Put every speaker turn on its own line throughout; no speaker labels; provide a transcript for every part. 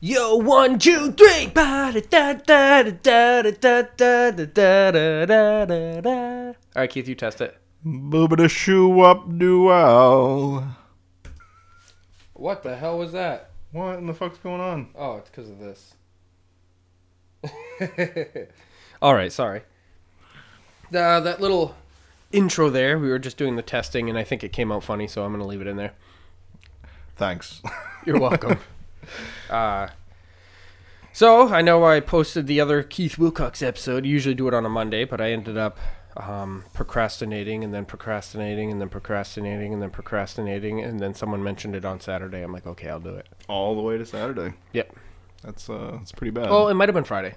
Yo, one, two, three. Ba da da da da da da da da da da da da da. All right, Keith, you test it.
Boobada shoe up duo.
What the hell was that?
What in the fuck's going on?
Oh, it's because of this. All right, sorry. Uh, that little intro there, we were just doing the testing, and I think it came out funny, so I'm going to leave it in there.
Thanks.
You're welcome. uh, so I know I posted the other Keith Wilcox episode. Usually do it on a Monday, but I ended up um, procrastinating and then procrastinating and then procrastinating and then procrastinating, and then someone mentioned it on Saturday. I'm like, okay, I'll do it.
All the way to Saturday.
Yep.
That's uh, that's pretty bad.
Well, it might have been Friday.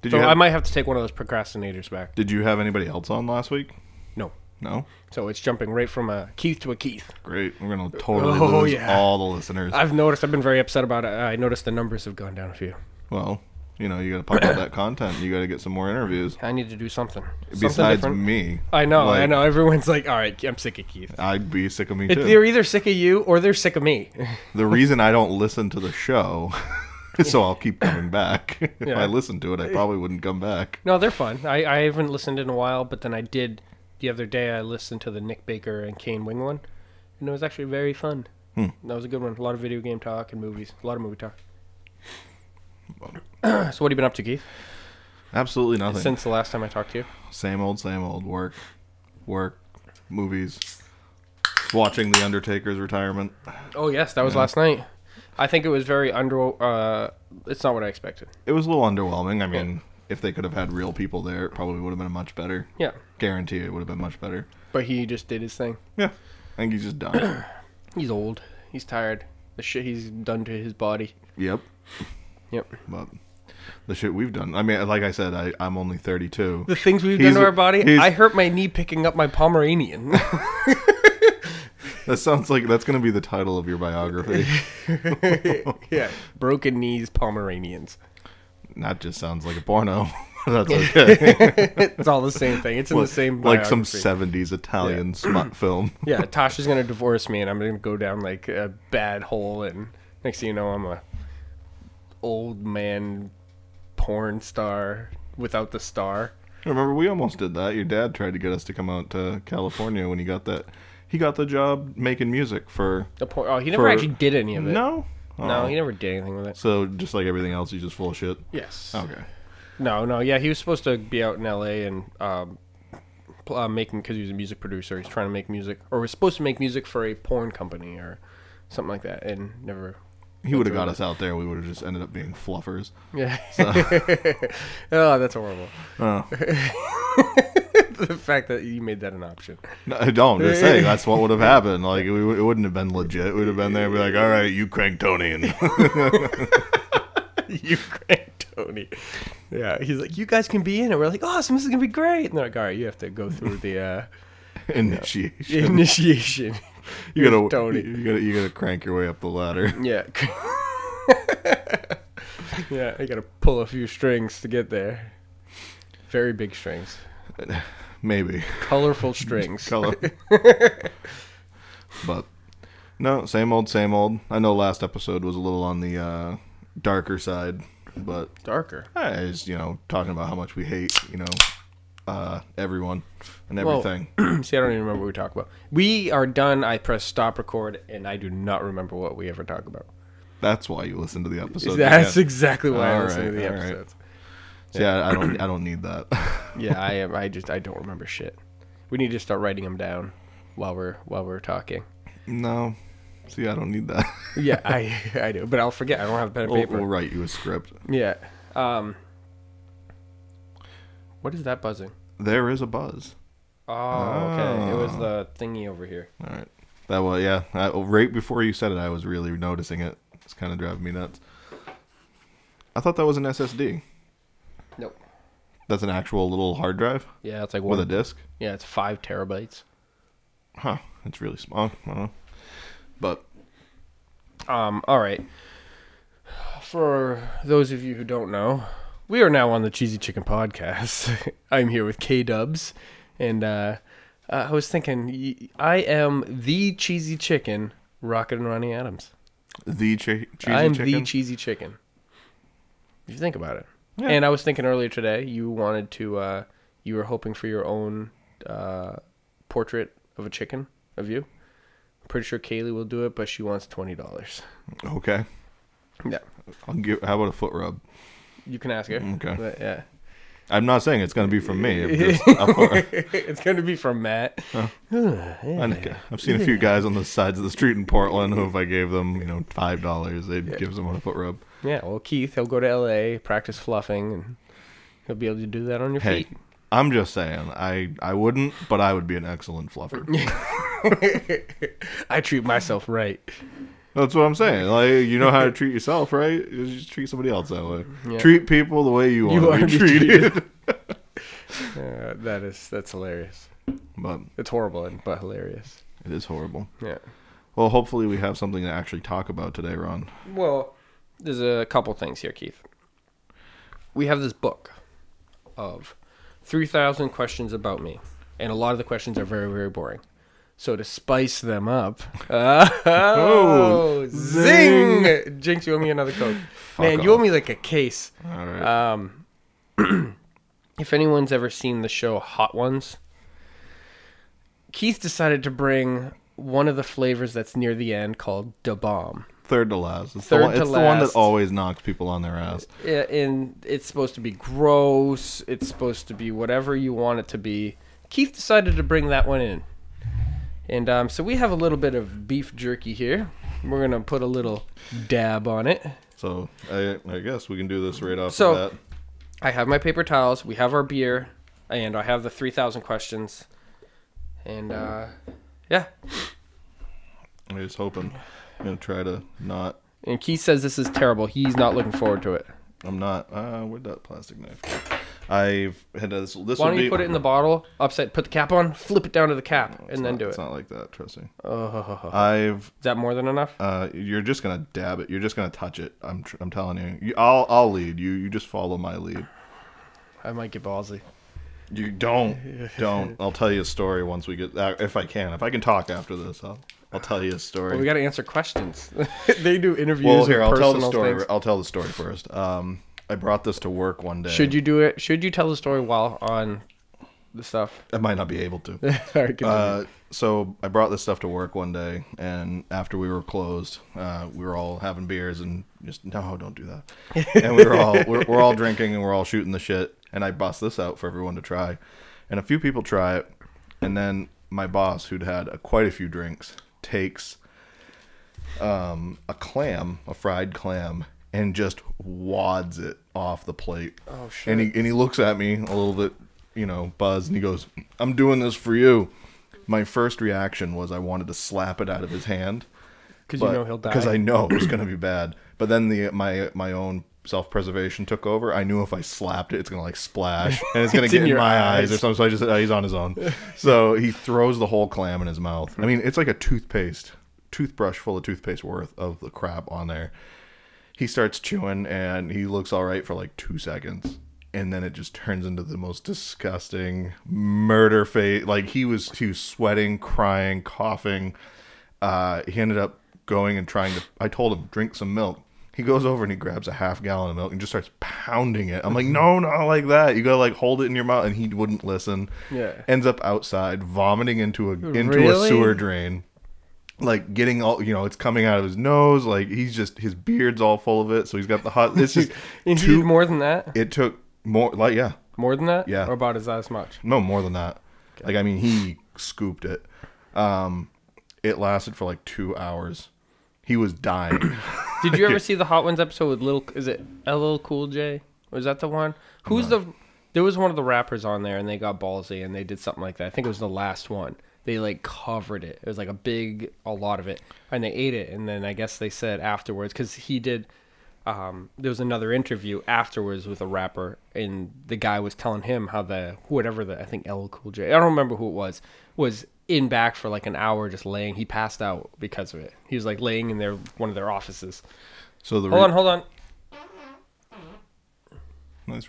did
So
you have,
I might have to take one of those procrastinators back.
did you have anybody else on last week?
No.
No.
So it's jumping right from a Keith to a Keith.
Great. We're gonna totally
Oh,
lose
yeah.
all the listeners.
I've noticed. I've been very upset about it. I noticed the numbers have gone down a few.
well, you know, you gotta pump out that content. You gotta get some more interviews.
I need to do something. Something
Besides
different.
me,
I know. I
like,
know. Everyone's like, all right, I'm sick of Keith.
I'd be sick of me
It-
too.
they're either sick of you or they're sick of me.
the reason I don't listen to the show, so I'll keep coming back. if
Yeah.
I listened to it, I probably wouldn't come back.
no, they're fun. I, I haven't listened in a while, but then I did the other day. I listened to the Nick Baker and Kane Wing one, and it was actually very fun. That was a good one. A lot of video game talk and movies. A lot of movie talk. so what have you been up to, Keith?
Absolutely nothing.
Since the last time I talked to you,
Same old, same old. Work, work, movies, watching The Undertaker's retirement.
oh yes, that was last night. I think it was very under. Uh, it's not what I expected.
It was a little underwhelming. I mean, if they could have had real people there, it probably would have been much better.
Yeah,
Guarantee it would have been much better.
but he just did his thing.
Yeah. I think he's just done.
He's old. He's tired. The shit he's done to his body.
yep.
Yep.
But the shit we've done. I mean, like I said, I, I'm only 32.
The things we've
He's-
done to our body.
he's-
I hurt my knee picking up my Pomeranian.
That sounds like that's going to be the title of your biography.
yeah. Broken knees, Pomeranians.
Not just sounds like a porno. that's okay.
It's all the same thing. It's in the same.
like some
biography.
70s Italian smut film.
yeah, Tasha's gonna divorce me, and I'm gonna go down like a bad hole, and next thing you know, I'm a old man porn star without the star.
Remember, we almost did that. Your dad tried to get us to come out to California when he got that. He got the job making music for.
The por- oh, he never
For-
actually did any of it.
No.
no,
Oh.
he never did anything with it.
So just like everything else, he's just full of shit.
Yes.
Okay.
No, no, yeah, he was supposed to be out in L.A. and um, pl- uh, making because he was a music producer. He's trying to make music, or was supposed to make music for a porn company or something like that, and never.
He would have got us out there. We would have just ended up being fluffers.
Yeah. oh, that's horrible.
Oh.
the fact that you made that an option.
No, I don't. Just saying, that's what would have happened. Like we, would- it wouldn't have been legit. We'd have been there and be like, "All right, you crank Tony." And
you cranked Tony. Yeah, he's like, you guys can be in it. We're like, awesome, this is gonna be great. And they're like, all right, you have to go through the uh,
initiation.
initiation.
You gotta,
Here's Tony.
You gotta, you gotta crank your way up the ladder.
Yeah. yeah, you gotta pull a few strings to get there. Very big strings,
Maybe.
colorful strings.
color. but no, same old, same old. I know last episode was a little on the uh, darker side, but
Darker.
I was, you know, talking about how much we hate, you know, uh, everyone and
Well,
everything.
See, I don't even remember what we talked about. We are done. I press stop record, and I do not remember what we ever talk about.
That's why you listen to the episode.
That's
yeah.
exactly why I
All
listen to
right,
the
all right.
episodes.
So, yeah, I don't, I don't need that.
Yeah, I am. I just I don't remember shit. We need to start writing them down while we're while we're talking.
no, see, I don't need that.
Yeah, I I do, but I'll forget. I don't have a pen and
we'll,
paper.
we'll write you a script.
Yeah. Um. What is that buzzing?
There is a buzz.
Oh, okay. It was the thingy over here.
All right, that was yeah. I, oh, right before you said it, I was really noticing it. It's kind of driving me nuts. I thought that was an SSD.
Nope.
That's an actual little hard drive
Yeah, it's like one.
with a disk.
yeah, it's five terabytes.
Huh. It's really small. I don't know. But
Um. All right. For those of you who don't know, we are now on the Cheesy Chicken Podcast. I'm here with K Dubs, and uh, uh, I was thinking y- I am the Cheesy Chicken, Rocket and Ronnie Adams.
The che- cheesy
I'm
chicken.
the cheesy chicken. If you think about it.
Yeah.
And I was thinking earlier today, you wanted to, uh, you were hoping for your own uh, portrait of a chicken of you. I'm pretty sure Kaylee will do it, but she wants twenty dollars.
okay.
Yeah,
I'll give. How about a foot rub?
you can ask her.
Okay.
But, yeah,
I'm not saying it's gonna be from me. I'm just- a foot rub.
it's gonna be from Matt.
And I've seen a few guys on the sides of the street in Portland who, if I gave them, you know, five dollars, they'd give someone a foot rub.
Yeah, well, Keith, he'll go to L.A. practice fluffing, and he'll be able to do that on your
Hey,
feet.
I'm just saying, I I wouldn't, but I would be an excellent fluffer.
I treat myself right.
That's what I'm saying. Like you know how to treat yourself, right? You just treat somebody else that way. Treat people the way you want
wanna
to be
be
treated.
Uh, that is that's hilarious.
but
It's horrible, and- but hilarious.
it is horrible.
Yeah.
Well, hopefully we have something to actually talk about today, Ron.
Well, there's a couple things here, Keith. We have this book of 3,000 questions about me, and a lot of the questions are very, very boring. So to spice them up, oh, zing! Jinx, you owe me another coke. Man, you owe
off.
me like a case.
All right.
Um, if anyone's ever seen the show Hot Ones, Keith decided to bring one of the flavors that's near the end called Da Bomb.
third to last. It's,
third
the, one,
to
it's the one that
last.
always knocks people on their ass.
Yeah, and it's supposed to be gross. It's supposed to be whatever you want it to be. Keith decided to bring that one in, and um, so we have a little bit of beef jerky here. We're gonna put a little dab on it.
So I, I guess we can do this right off
So-
the bat.
I have my paper towels. We have our beer, and I have the three thousand questions. And uh, yeah,
I'm just hoping. I'm gonna try to not.
and Keith says this is terrible. He's not looking forward to it.
I'm not. Uh, where'd that plastic knife? go? I've had this. This
Why
would
don't
be,
you put it in the bottle, upside, put the cap on, flip it down to the cap,
It's
and then
not-
do
It's
it.
not like that. Trust me.
Oh,
I've.
is that more than enough?
Uh, you're just gonna dab it. You're just gonna touch it. I'm. Tr- I'm telling you. you. I'll. I'll lead you. You just follow my lead.
I might get ballsy.
You don't. Don't. I'll tell you a story once we get. Uh, if I can. If I can talk after this, I'll. I'll tell you a story.
Well, we got to answer questions. they do interviews.
well, here I'll tell the
personal
story.
things.
I'll tell the story first. Um, I brought this to work one day.
Should you do it? Should you tell the story while on the stuff?
I might not be able to.
All right, continue.
Uh, so I brought this stuff to work one day, and after we were closed, uh, we were all having beers and just no, don't do that. and we were all we're, we're all drinking and we're all shooting the shit. And I bust this out for everyone to try, and a few people try it, and then my boss, who'd had uh quite a few drinks, takes um, a clam, a fried clam, and just wads it off the plate. Oh
shit.
And he and he looks at me a little bit, you know, buzzed, and he goes, "I'm doing this for you." My first reaction was I wanted to slap it out of his hand
Because you know he'll die.
because I know it was going to be bad. But then the my my own self preservation took over. I knew if I slapped it, it's going to like splash and it's going
It's
to
in
get in
your
my eyes.
eyes.
or something. So I just said, "Oh, he's on his own. so he throws the whole clam in his mouth. I mean, it's like a toothpaste toothbrush full of toothpaste worth of the crap on there. He starts chewing and he looks all right for like two seconds. And then it just turns into the most disgusting murder face. Like he was, he was sweating, crying, coughing uh, he ended up going and trying to. I told him drink some milk. He goes over and he grabs a half gallon of milk and just starts pounding it. I'm like, no, not like that. You gotta like hold it in your mouth, and he wouldn't listen.
Yeah.
Ends up outside, vomiting into a into a
Really?
sewer drain. Like getting all you know, it's coming out of his nose. Like he's just his beard's all full of it. So he's got the hot. This is
And he did
two.
more than that.
It took more. Like yeah,
More than that.
Yeah.
Or about as as much.
no, more than that. Like I mean, he scooped it. Um, it lasted for like two hours. He was dying.
Did you ever see the Hot Ones episode with little? Is it LL Cool J? Was that the one? Who's the? There was one of the rappers on there, and they got ballsy, and they did something like that. I think it was the last one. They like covered it. It was like a big, a lot of it, and they ate it. And then I guess they said afterwards because he did. Um, there was another interview afterwards with a rapper, and the guy was telling him how the whatever the I think LL Cool J I don't remember who it was was in back for like an hour just laying. He passed out because of it. He was like laying in their one of their offices.
So the re-
Hold on, hold on.
nice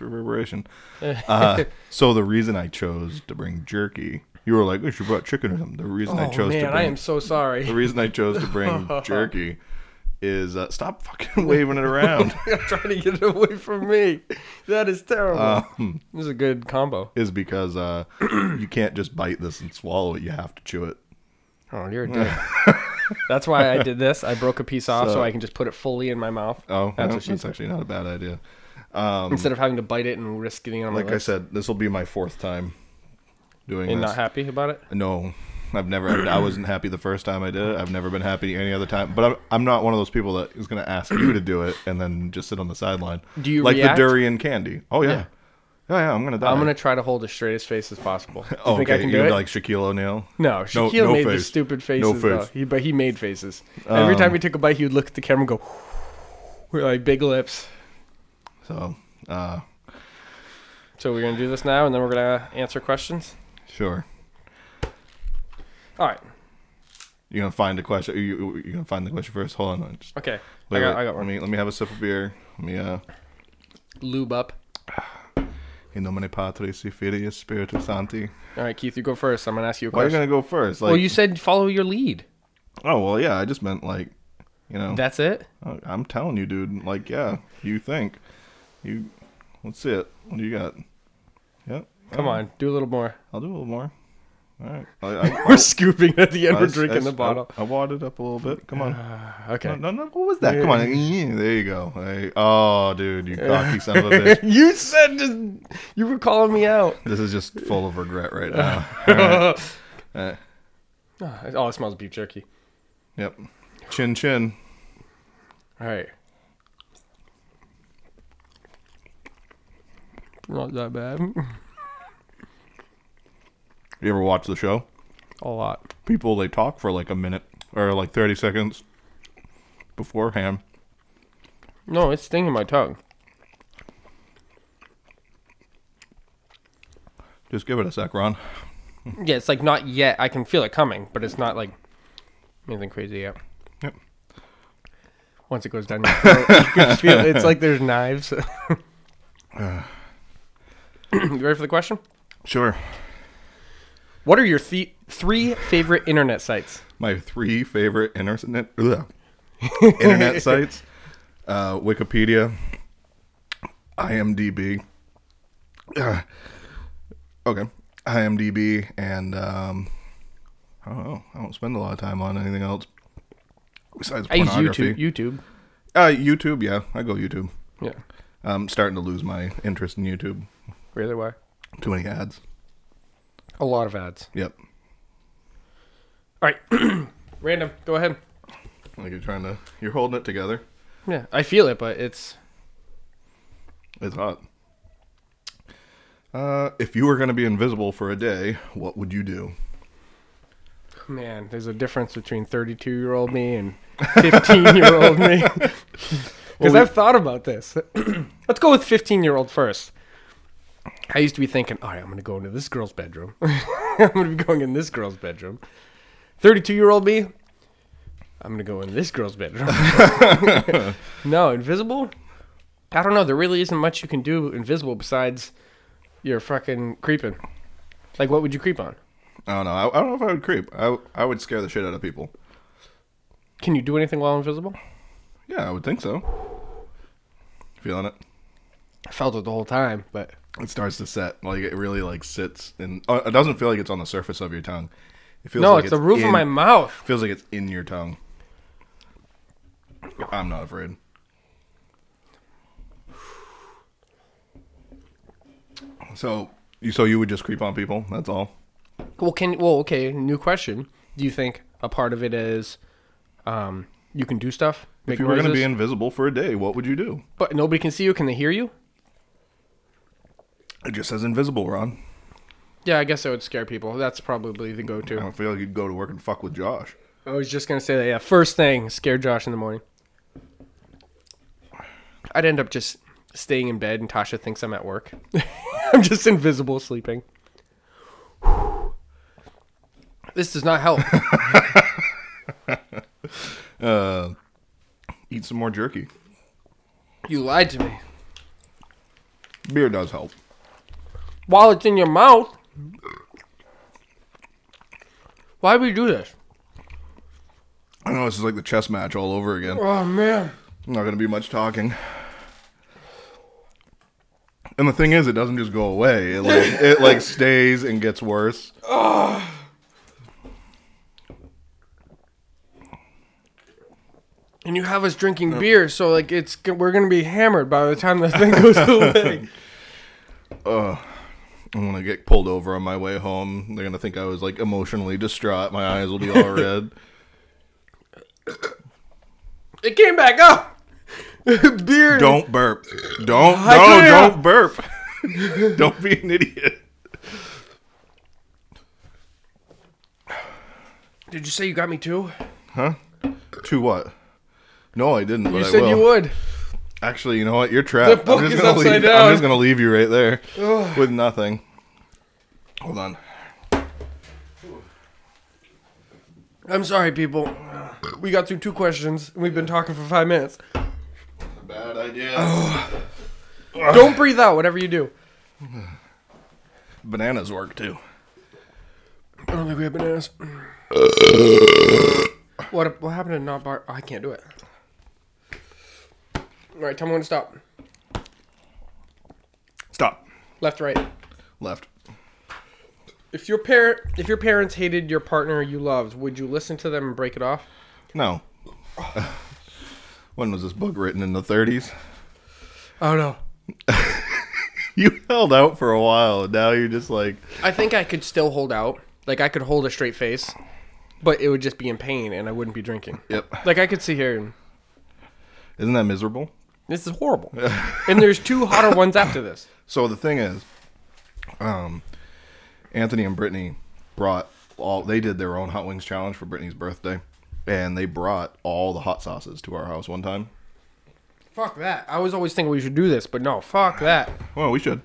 reverberation. Uh, so the reason I chose to bring jerky, you were like, "Oh, you brought chicken or something." The reason I
Oh
chose
man,
to bring
I am so
the
sorry.
reason I chose to bring jerky is uh, stop fucking waving it around.
I'm trying to get it away from me. That is terrible.
Um,
this is a good combo.
is because uh, you can't just bite this and swallow it. You have to chew it.
Oh, you're a dick. That's why I did this. I broke a piece off so,
So-
I can just put it fully in my mouth
Oh,
That's
yeah,
what she
that's
said.
actually not a bad idea. Um,
instead of having to bite it and risk getting it on my
like I
lips.
said, this will be my fourth time doing
and
this.
not happy about it.
No, I've never. I wasn't happy the first time I did it. I've never been happy any other time. But I'm, I'm not one of those people that is going to ask you to do it and then just sit on the sideline.
Do you
like
react?
the durian candy? Oh yeah,
Yeah.
yeah, yeah. I'm going to die.
I'm gonna try to hold as straight as face as possible. You
Oh,
think
okay.
I can
You're
do it?
like Shaquille O'Neal.
no,
No-
Shaquille
no
made the
face.
stupid faces
No
though.
face. Um,
He, but he made faces. Every time he took a bite, he would look at the camera and go, "We're like big lips."
So, uh,
So we're gonna do this now, and then we're gonna answer questions.
sure.
All right.
You're gonna find a question. You, you're gonna find the question first. Hold on. Just,
Okay.
wait,
I got.
wait.
I got one.
Let me let me have a sip of beer. Let me uh.
Lube up.
In nomine Patris, et Filii, et Spiritus Sancti.
All right, Keith, you go first. I'm gonna ask you a
Why are you
question.
gonna go first? Like,
well, you said follow your lead.
oh well, yeah. I just meant like, you know.
That's it.
Uh, I'm telling you, dude. Like, yeah, you think you? Let's see it. What do you got? Yep.
Come on, do a little more.
I'll do a little more. All right. I, I,
We're scooping at the end.
I-
We're
I-
drinking
I-
the bottle.
I, wadded up a little bit. Come on.
Okay.
No, no, no. What was that? Come on. Yeah, There you go. Hey. Oh, dude, you cocky son of a bitch.
You said just, you were calling me out.
This is just full of regret right now. Uh,
oh, it smells beef jerky.
yep. Chin chin.
All right. Not that bad.
You ever watch the show?
A lot.
People they talk for like a minute or like thirty seconds beforehand.
No, it's stinging my tongue.
Just give it a sec, Ron.
Yeah, it's like not yet. I can feel it coming, but it's not like anything crazy yet.
Yep.
Once it goes down your throat, you can feel it's like there's knives. you ready for the question?
Sure.
What are your th- three favorite internet sites?
my three favorite internet ugh, internet sites: uh, Wikipedia, IMDb. Ugh. uh, okay, IMDb, and um, I don't know. I don't spend a lot of time on anything else besides
I use
pornography.
YouTube. YouTube.
Uh, YouTube, yeah, I go YouTube.
Yeah.
I'm starting to lose my interest in YouTube.
Really? Why?
Too many ads.
A lot of ads.
Yep.
All right. Random. Go ahead.
Like you're trying to, you're holding it together.
Yeah, I feel it, but it's
It's hot. Uh, if you were going to be invisible for a day, what would you do?
man. There's a difference between 32 year old me and 15 year old me. Because
Well, we-
I've thought about this. Let's go with 15 year old first. I used to be thinking, all right, I'm going to go into this girl's bedroom. I'm going to be going in this girl's bedroom. 32 year old me, I'm going to go in this girl's bedroom. no, invisible? I don't know. There really isn't much you can do invisible besides you're fucking creeping. Like, what would you creep on?
I don't know. I, I don't know if I would creep. I, I would scare the shit out of people.
Can you do anything while invisible?
Yeah, I would think so. Feeling it?
I felt it the whole time, but
It starts to set. Like it really like sits and oh, it doesn't feel like it's on the surface of your tongue. It feels
no,
like
it's the roof
in,
of my mouth.
Feels like it's in your tongue. I'm not afraid. So you so you would just creep on people? That's all.
Well, can well, okay. New question: Do you think a part of it is, um, you can do stuff, make
If you were going to
noises,
be invisible for a day, what would you do?
but nobody can see you? Can they hear you?
It just says invisible, Ron.
Yeah, I guess that would scare people. That's probably the go-to.
I don't feel like you'd go to work and fuck with Josh.
I was just gonna say that. Yeah, first thing, scare Josh in the morning. I'd end up just staying in bed, and Tasha thinks I'm at work. I'm just invisible sleeping. This does not help.
Uh, eat some more jerky.
you lied to me.
Beer does help.
While it's in your mouth, why do we do this?
I know this is like the chess match all over again.
Oh man.
Not going to be much talking. And the thing is, it doesn't just go away. It like it like stays and gets worse.
And you have us drinking beer, so like it's g- we're gonna be hammered by the time the thing goes away.
I'm gonna get pulled over on my way home. They're gonna think I was like emotionally distraught. My eyes will be all red.
it came back up. beer.
don't burp. Don't
I
no.
couldn't-
Don't burp. don't be an idiot.
Did you say you got me too?
To what? No, I didn't. But
You
I
said
will.
you would.
Actually, you know what? You're trapped.
book
I'm just
is
gonna
upside
leave.
down.
I'm just gonna leave you right there with nothing. Hold on.
I'm sorry, people. We got through two questions. and We've been talking for five minutes.
Bad idea.
Don't breathe out. Whatever you do.
Bananas work too.
I don't think we have bananas. what what happened to not bar? Oh, I can't do it. All right, tell me when to stop.
Stop.
Left, right.
Left.
If your parent, if your parents hated your partner you loved, would you listen to them and break it off?
No. when was this book written? In the 30s?
Oh no.
You held out for a while. Now you're just like,
I think I could still hold out. Like I could hold a straight face, but it would just be in pain, and I wouldn't be drinking.
yep.
Like I could sit here and
Isn't that miserable?
this is horrible. and there's two hotter ones after this.
So the thing is, um, Anthony and Brittany brought all they did their own hot wings challenge for Brittany's birthday, and they brought all the hot sauces to our house one time.
Fuck that. I was always thinking we should do this, but no. Fuck that.
Well, we should.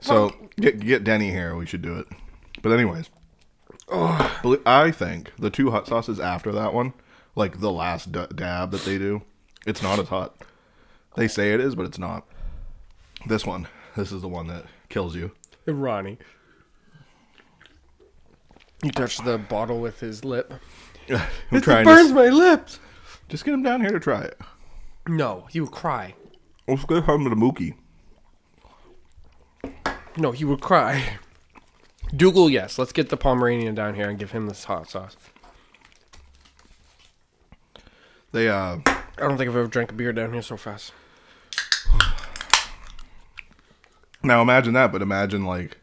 So get get Denny here. We should do it. But anyways, Bel- I think the two hot sauces after that one, like the last d- dab that they do, it's not as hot. They say it is, but it's not. This one, this is the one that kills you.
Ronnie. He touched the bottle with his lip.
I'm
It
trying
burns
to
my lips.
just get him down here to try it.
No, he would cry.
Let's go home to the Mookie.
No, he would cry. Dougal, yes. Let's get the Pomeranian down here and give him this hot sauce.
They uh,
I don't think I've ever drank a beer down here so fast.
now imagine that, but imagine like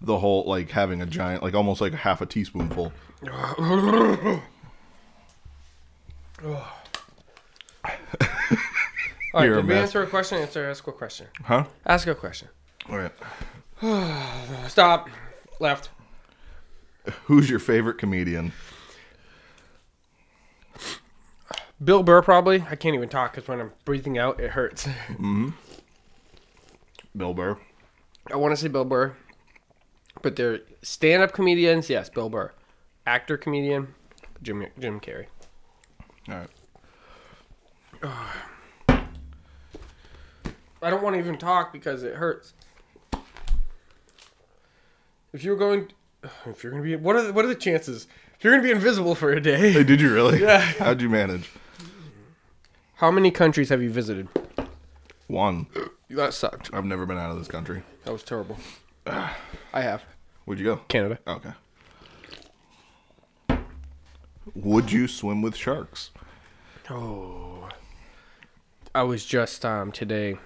the whole like having a giant, like almost like a half a teaspoonful.
All right,
You're a
did we
mess.
answer a question? Answer, ask a question.
Huh?
Ask a question.
All right.
Stop. Left.
Who's your favorite comedian?
Bill Burr, probably. I can't even talk because when I'm breathing out, it hurts.
Bill Burr.
I want to say Bill Burr, but they're stand-up comedians. Yes, Bill Burr, actor comedian, Jim Jim Carrey.
All right.
I don't want to even talk because it hurts. If you're going, if you're gonna be, what are the, what are the chances? If you're gonna be invisible for a
Hey,
day,
did you really? Yeah. How'd you manage?
how many countries have you visited?
One.
That sucked.
I've never been out of this country.
That was terrible. I have
Where'd you go?
Canada.
Okay. Would you swim with sharks?
Oh. I was just um today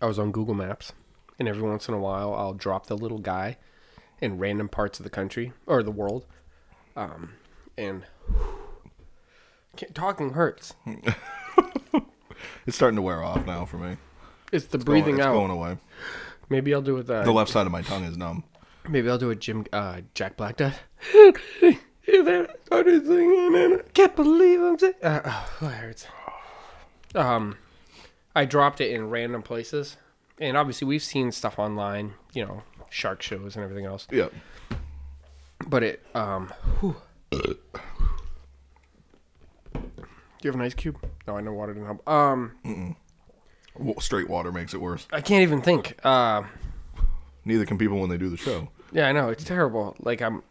I was on Google Maps and every once in a while I'll drop the little guy in random parts of the country or the world. Um and can't, talking hurts.
It's starting to wear off now for me.
It's the
Going-
breathing
it's
out.
going away.
Maybe I'll do it uh,
The left side of my tongue is numb.
maybe I'll do what Jim uh Jack Black does. Can't believe I'm saying. Uh, oh, that hurts. Um, I dropped it in random places, and obviously we've seen stuff online, you know, shark shows and everything else.
Yeah.
But it, um, whew. do you have an ice cube? No, I know water didn't help. Um,
W- Straight water makes it worse.
I can't even think. Uh,
Neither can people when they do the show.
yeah, I know it's terrible. Like I'm,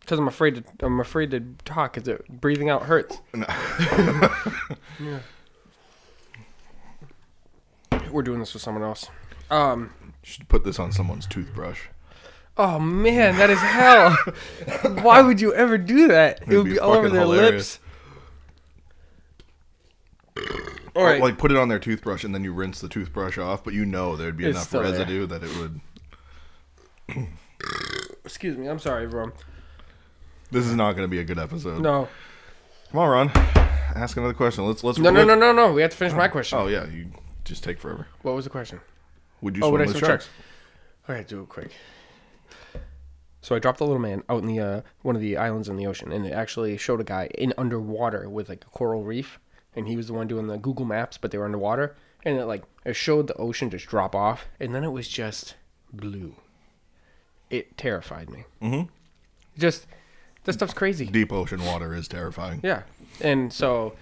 because I'm afraid to. I'm afraid to talk. Cause it, breathing out hurts. yeah. We're doing this with someone else. Um.
Should put this on someone's toothbrush.
Oh man, that is hell. Why would you ever do that? it would
be
be, all over
fucking
their
hilarious.
lips. All right.
Like put it on their toothbrush and then you rinse the toothbrush off, but you know there'd be
It's
enough
still there.
residue that it would.
Excuse me. I'm sorry, everyone.
This is not going to be a good episode.
No.
Come on, Ron. Ask another question. Let's let's.
No, no, no, no, no. We have to finish my question.
Oh yeah, you just take forever.
What was the question?
Would you
Oh,
swim
would I
with
swim
sharks?
sharks? All right, do it quick. So I dropped the little man out in the uh, one of the islands in the ocean, and it actually showed a guy in underwater with like a coral reef, and he was the one doing the Google Maps, but they were underwater, and it like it showed the ocean just drop off, and then it was just blue. It terrified me. Mm-hmm. Just this stuff's crazy.
Deep ocean water is terrifying.
Yeah, and so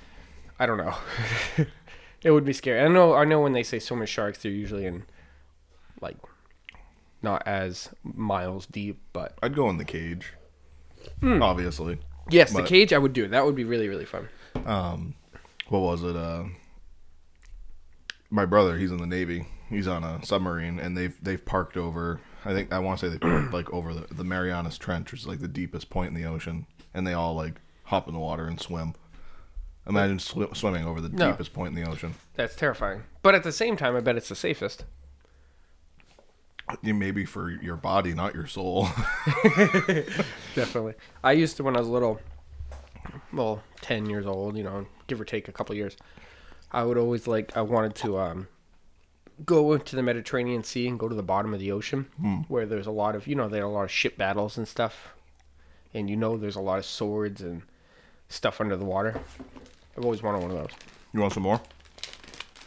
I don't know. it would be scary. I know. I know when they say swim with sharks, they're usually in like not as miles deep, but
I'd go in the cage.
Hmm.
Obviously.
yes,
But-
the cage I would do. That would be really really fun.
Um, what was it? Uh, my brother, he's in the Navy. He's on a submarine, and they've they've parked over. I think I want to say they parked like over the, the Marianas Trench, which is like the deepest point in the ocean, and they all like hop in the water and swim. Imagine sw- swimming over the
No.
deepest point in the ocean.
That's terrifying. But at the same time, I bet it's the safest.
You maybe for your body, not your soul.
Definitely. I used to when I was little, well, ten years old, you know, give or take a couple years. I would always like I wanted to um, go into the Mediterranean Sea and go to the bottom of the ocean, where there's a lot of you know there are a lot of ship battles and stuff, and you know there's a lot of swords and stuff under the water. I've always wanted one of those.
you want some more?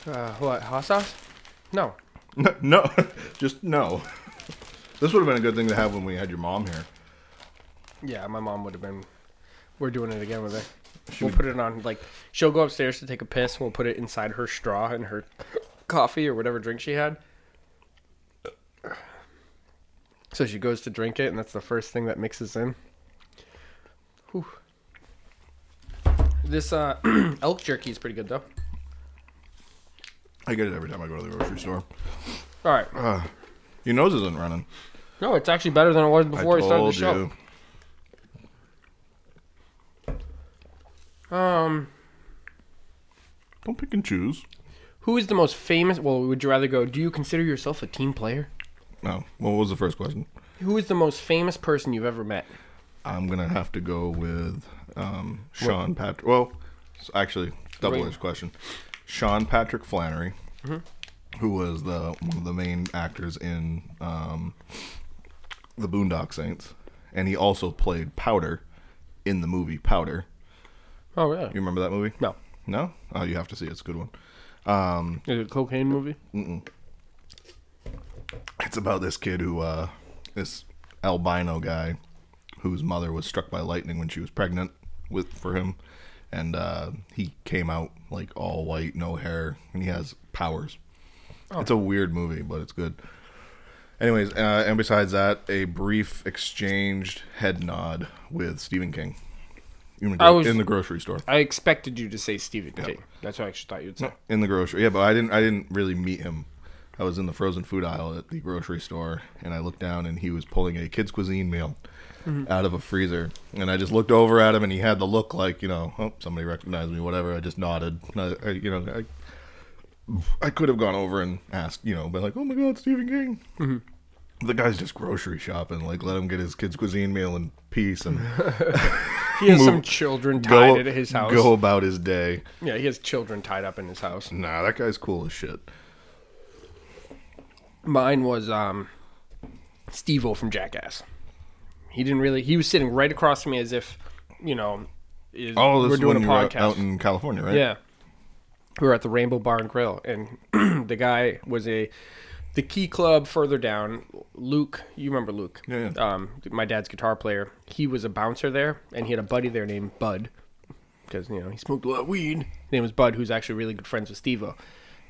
Uh, what hot sauce? No.
No, no. just no. This would have been a good thing to have when we had your mom here.
Yeah, my mom would have been. We're doing it again with her.
She
we'll
would-
put it on like she'll go upstairs to take a piss. We'll put it inside her straw and her coffee or whatever drink she had. So she goes to drink it, and that's the first thing that mixes in. Whew. This uh, elk jerky is pretty good though.
I get it every time I go to the grocery store.
All right,
Your nose isn't running.
no, it's actually better than it was before I, started the show. Um,
Don't pick and choose.
who is the most famous? Well, would you rather go? Do you consider yourself a team player?
No. What was the first question?
Who is the most famous person you've ever met?
I'm gonna have to go with um, Sean Patrick. Well, s- actually, double
Wait.
edged question. Sean Patrick Flannery, who was the one of the main actors in um, the Boondock Saints, and he also played Powder in the movie Powder.
Oh, really?
You remember that movie?
No.
No? Oh, you have to see it. It's a good one.
Is it a cocaine movie?
It's about this kid who, uh, this albino guy, whose mother was struck by lightning when she was pregnant with for him, and uh, he came out like all white, no hair, and he has powers.
Oh.
It's a weird movie, but it's good. Anyways, uh, and besides that, a brief exchanged head nod with Stephen King in the, gro-
I was-
in the grocery store.
I expected you to say Stephen King. That's what I actually thought you'd say.
in the grocery. Yeah, but I didn't. I didn't really meet him. I was in the frozen food aisle at the grocery store, and I looked down, and he was pulling a kids' cuisine meal
Mm-hmm.
out of a freezer. And I just looked over at him, and he had the look like you know, oh, somebody recognized me, whatever. I just nodded. And I, I, you know, I, I could have gone over and asked, you know, been like, oh my god, Stephen King.
Mm-hmm.
The guy's just grocery shopping. Like, let him get his kids' cuisine meal in peace and
He has
Move-
some children
go,
tied at his house.
go Mm. about his day.
Yeah, he has children tied up in his house.
Nah, that guy's cool as shit.
Mine was um, Steve O from Jackass. He didn't really. He was sitting right across from me as if, you know, is,
Oh, this
we're
is
doing a
when you were
podcast.
out in California, right?
Yeah. We were at the Rainbow Bar and Grill, and the guy was a the Key Club further down. Luke, you remember Luke?
Yeah, yeah.
Um, my dad's guitar player. He was a bouncer there, and he had a buddy there named Bud, because you know he smoked a lot of weed. His name was Bud, who's actually really good friends with Stevo.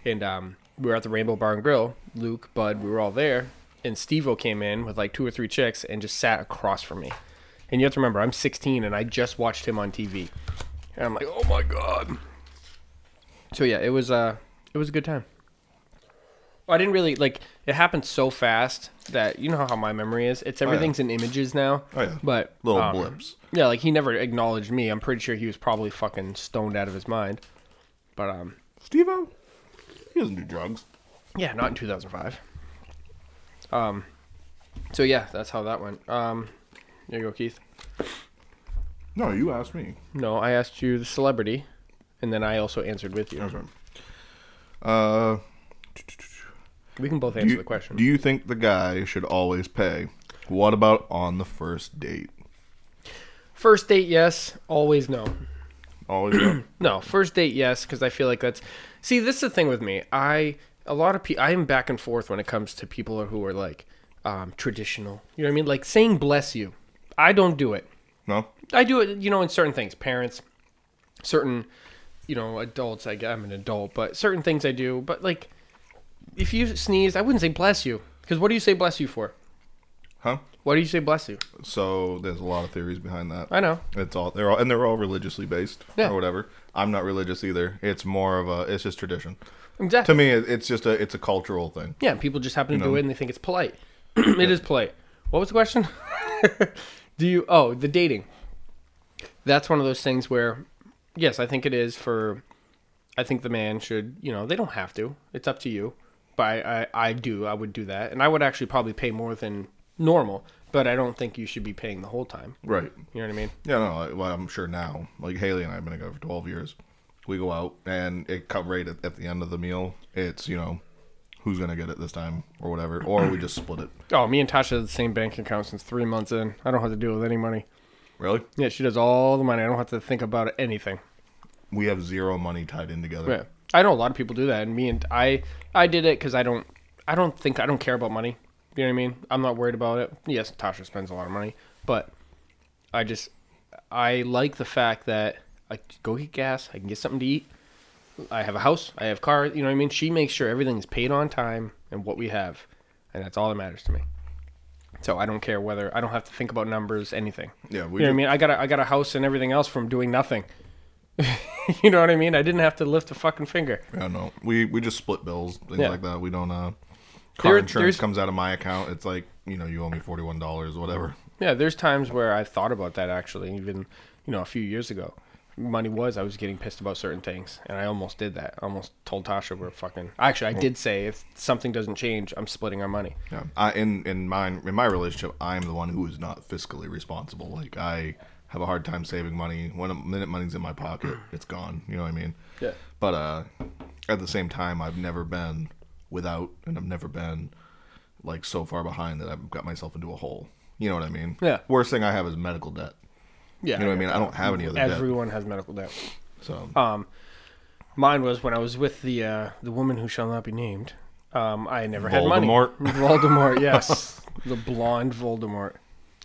And um, we were at the Rainbow Bar and Grill. Luke, Bud, we were all there, and Stevo came in with like two or three chicks and just sat across from me. And you have to remember, I'm 16 and I just watched him on TV. And I'm like, oh my god. So yeah, it was uh, it was a good time. I didn't really like. It happened so fast that you know how my memory is. It's everything's in images now.
Oh, yeah.
But
Little
um,
blips.
Yeah, like he never acknowledged me. I'm pretty sure he was probably fucking stoned out of his mind. But um,
Steve O. He doesn't do drugs.
yeah, not in 2005. Um, so yeah, that's how that went. Um, there you go, Keith.
No, you asked me.
No, I asked you the celebrity, and then I also answered with you.
Uh,
We can both answer
do, you,
the question.
do you think the guy should always pay? What about on the first date?
First date, yes. Always no.
Always. no.
No, first date, yes, because I feel like that's. See, this is the thing with me. I a lot of people. I am back and forth when it comes to people who are like um, traditional. You know what I mean? Like saying "bless you." I don't do it.
no.
I do it, you know, in certain things, parents, certain, you know, adults. I, I'm an adult, but certain things I do. But like, if you sneeze, I wouldn't say "bless you" because what do you say "bless you" for?
Huh?
Why do you say "bless you"?
So there's a lot of theories behind that.
I know.
It's all they're all and they're all religiously based
Yeah.
or whatever. I'm not religious either. It's more of a it's just tradition. To
Exactly.
me, it- it's just a it's a cultural thing.
Yeah, people just happen to do it and they think it's polite. it is polite. What was the question? do you? Oh, the dating. That's one of those things where, yes, I think it is for. I think the man should. You know, they don't have to. It's up to you. But I, I, I do. I would do that, and I would actually probably pay more than normal. But I don't think you should be paying the whole time.
Right.
You know what I mean?
Yeah. No. I, well, I'm sure now. Like Haley and I have been together for 12 years. We go out and it cut right at, at the end of the meal. It's you know who's gonna get it this time or whatever, or we just split it.
Oh, me and Tasha have the same bank account since three months in. I don't have to deal with any money.
Really?
Yeah, she does all the money. I don't have to think about anything.
We have zero money tied in together.
Yeah, I know a lot of people do that, and me and I, I did it because I don't, I don't think I don't care about money. You know what I mean? I'm not worried about it. Yes, Tasha spends a lot of money, but I just, I like the fact that I can go get gas, I can get something to eat, I have a house, I have car. You know what I mean? She makes sure everything is paid on time and what we have, and that's all that matters to me. So I don't care whether I don't have to think about numbers, anything.
Yeah,
we
we
you know what I
do-
mean. I got a, I got a house and everything else from doing nothing. you know what I mean? I didn't have to lift a fucking finger.
Yeah, no. We we just split bills, things
Yeah.
like that. We don't uh car
There-
insurance
there's-
comes out of my account. It's like, you know, you owe me forty one dollars, whatever.
Yeah, there's times where I've thought about that actually, even you know a few years ago. Money was I was getting pissed about certain things, and I almost did that. I almost told Tasha we're fucking. Actually, I did say if something doesn't change, I'm splitting our money.
Yeah. I in in mine in my relationship, I'm the one who is not fiscally responsible. Like I have a hard time saving money. When a minute money's in my pocket, it's gone. You know what I mean?
Yeah.
But uh at the same time I've never been without and I've never been like so far behind that I've got myself into a hole. You know what I mean?
Yeah.
Worst thing I have is medical debt.
Yeah,
You know what I mean? I don't have any other debt.
Everyone has medical debt.
So
Mine was when I was with the uh, the woman who shall not be named. Um, I never
Voldemort.
had money. Voldemort, yes, the blonde Voldemort.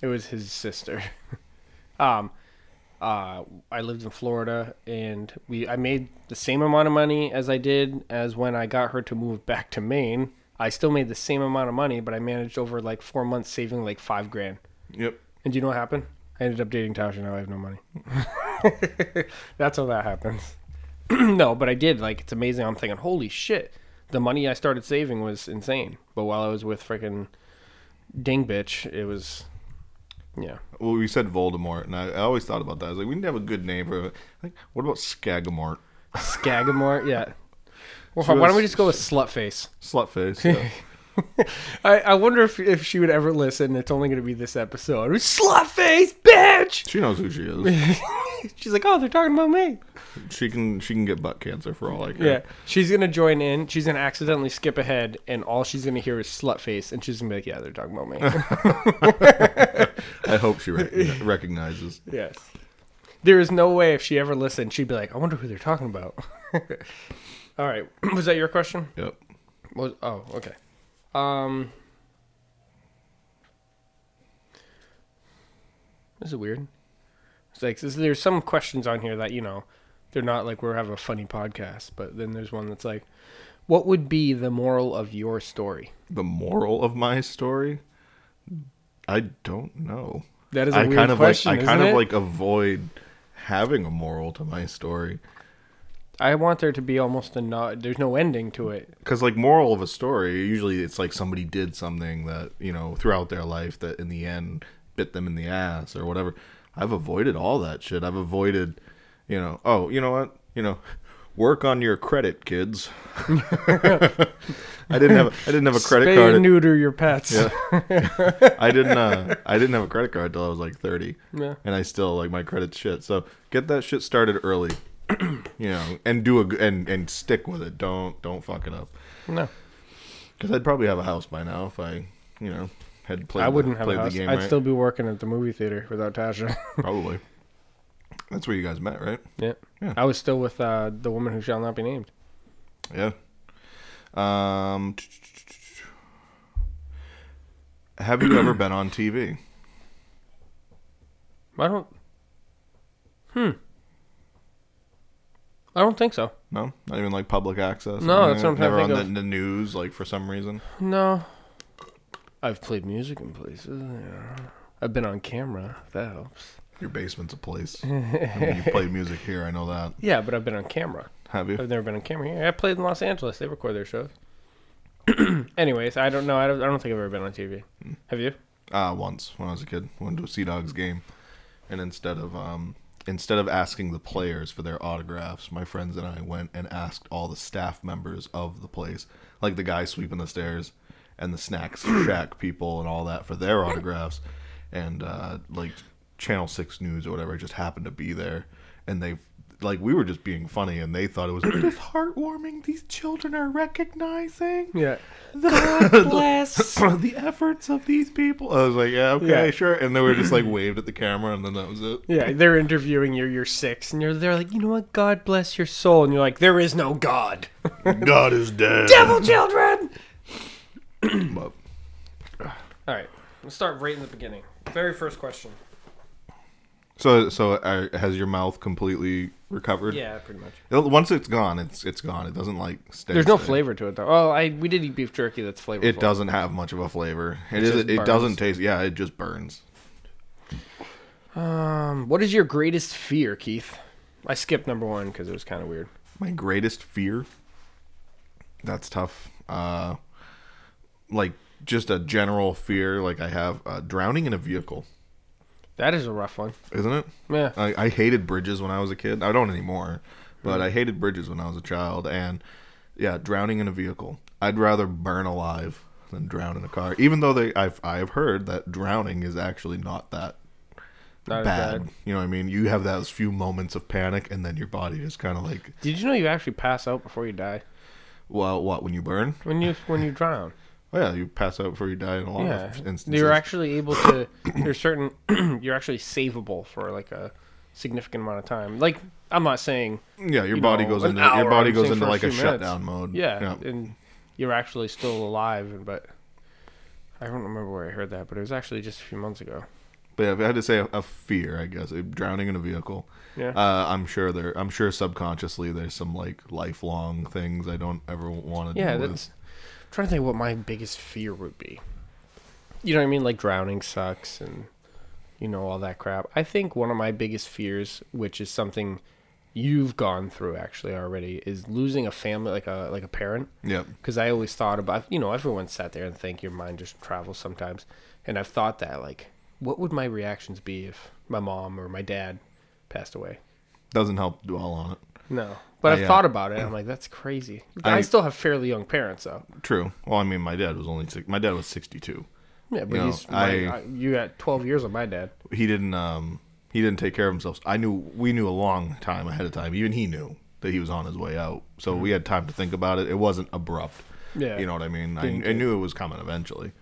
It was his sister. Um, uh, I lived in Florida, and we I made the same amount of money as I did as when I got her to move back to Maine. I still made the same amount of money, but I managed over like four months saving like five grand.
Yep.
And do you know what happened? I ended up dating Tasha. Now I have no money. That's how that happens. no, but I did. Like, it's amazing. I'm thinking, holy shit, the money I started saving was insane. But while I was with freaking Ding Bitch, it was, yeah.
Well, we said Voldemort, and I, I always thought about that. I was like, we need to have a good name for it. Like, what about Skagamort?
Skagamore, yeah. Well,
She
why don't
was-
we just go with Slutface?
Slutface. Yeah.
I, I wonder if, if she would ever listen. It's only going to be this episode. Slutface, bitch!
she knows who she is.
She's like, oh, they're talking about me.
She can she can get butt cancer for all I care.
Yeah, she's gonna join in. She's gonna accidentally skip ahead, and all she's gonna hear is slut face, and she's gonna be like, "Yeah, they're talking about me."
I hope she rec- recognizes.
yes. There is no way if she ever listened, she'd be like, "I wonder who they're talking about." all right, was that your question?
Yep.
Was, oh, okay. Um, this is weird. It's like this, there's some questions on here that you know they're not like we're have a funny podcast, but then there's one that's like, "What would be the moral of your story?"
The moral of my story, I don't know.
That is a
I
weird
kind of
question.
like I
isn't
kind of
it?
like avoid having a moral to my story
I want there to be almost a not. There's no ending to it.
because like moral of a story usually it's like somebody did something that you know throughout their life that in the end bit them in the ass or whatever i've avoided all that shit i've avoided you know oh you know what you know work on your credit kids i didn't have i didn't have a credit
Spay
card
and neuter your pets.
Yeah. I didn't. Uh, I didn't have a credit card till I was like thirty,
Yeah.
and I still like my credit shit. So get that shit started early, you know, and do a g- and and stick with it. Don't don't fuck it up.
No,
Because I'd probably have a house by now if I, you know, had played.
I wouldn't
the,
have a
played
house.
the game.
I'd
right?
still be working at the movie theater without Tasha.
probably. That's where you guys met, right?
yeah.
Yeah.
I was still with uh, the woman who shall not be named.
Yeah. Um. Have you ever been on TV?
I don't. Hmm. I don't think so.
No, not even like public access. or
No, that's
anything?
what I'm trying to
Never
think
on
of.
the, the news, like for some reason.
No. I've played music in places. Yeah. I've been on camera. if That helps.
Your basement's a place. I mean, you played music here, I know that.
Yeah, but I've been on camera.
Have you?
I've never been on camera here. I played in Los Angeles. They record their shows. Anyways, I don't know. I don't, I don't think I've ever been on TV. Have you?
Uh, once when I was a kid, went to a Sea Dogs game, and instead of um, instead of asking the players for their autographs, my friends and I went and asked all the staff members of the place, like the guy sweeping the stairs, and the snacks shack people and all that for their autographs, and uh, like Channel Six News or whatever just happened to be there, and they. Like we were just being funny, and they thought it was just heartwarming. These children are recognizing
Yeah.
bless the efforts of these people. I was like, yeah, okay,
Yeah.
sure. And then we just like waved at the camera, and then that was it.
Yeah, they're interviewing you. You're six, and you're they're like, you know what? God bless your soul, and you're like, there is no God.
God is dead.
Devil children.
But
All right, let's start right in the beginning. Very first question.
so, so uh, has your mouth completely recovered?
Yeah, pretty much.
It'll- Once it's gone, it's it's gone. It doesn't like stay.
There's no
stay.
flavor to it though. Oh, I we did eat beef jerky. That's flavorful.
It doesn't have much of a flavor. It, it is.
just
It
burns.
doesn't taste. Yeah, it just burns.
Um, what is your greatest fear, Keith? I skipped number one because it was kind of weird.
My greatest fear. That's tough. Uh, like just a general fear. Like I have uh, drowning in a vehicle,
That is a rough one.
isn't it?
Yeah.
I, I hated bridges when I was a kid. I don't anymore, but I hated bridges when I was a child. And yeah, drowning in a vehicle. I'd rather burn alive than drown in a car. Even though they, I've I've heard that drowning is actually not that
Not as
bad.
bad.
You know what I mean? You have those few moments of panic, and then your body just kind of like,
Did you know you actually pass out before you die
well, what when you burn?
when you when you drown?
Well, yeah, you pass out before you die in a lot
Yeah,
of instances.
you're actually able to. You're certain. You're actually savable for like a significant amount of time. Like I'm not saying
yeah, your
you
body
know,
goes
an
into
hour,
your body
I'm
goes
saying
into
for a
like a,
few minutes.
shutdown mode.
yeah, and you're actually still alive, but I don't remember where I heard that, but it was actually just a few months ago.
But yeah, if I had to say a, a fear, I guess, eh, drowning in a vehicle.
Yeah.
Uh, I'm sure there. I'm sure subconsciously there's some like lifelong things I don't ever want to
Yeah,
do.
that's. I'm trying to think what my biggest fear would be. You know what I mean? Like drowning sucks and, you know, all that crap. I think one of my biggest fears, which is something you've gone through actually already, is losing a family, like a like a parent.
With. Yep.
Because I always thought about, you know, everyone sat there and think your mind just travels sometimes. And I've thought that, like, what would my reactions be if my mom or my dad passed away?
Doesn't help dwell on it.
No. But
I,
I've
uh,
thought about it. I'm like, that's crazy. I
I-
still have fairly young parents, though.
True. Well, I mean, my dad was only six. My dad was 62.
Yeah, but
You know,
he's my-
I-
I- you got 12 years on my dad.
He didn't. Um. He didn't take care of himself. I knew. We knew a long time ahead of time. Even he knew that he was on his way out. So we had time to think about it. It wasn't abrupt.
Mm-hmm. Yeah.
You know what I mean? I, I knew it was coming eventually.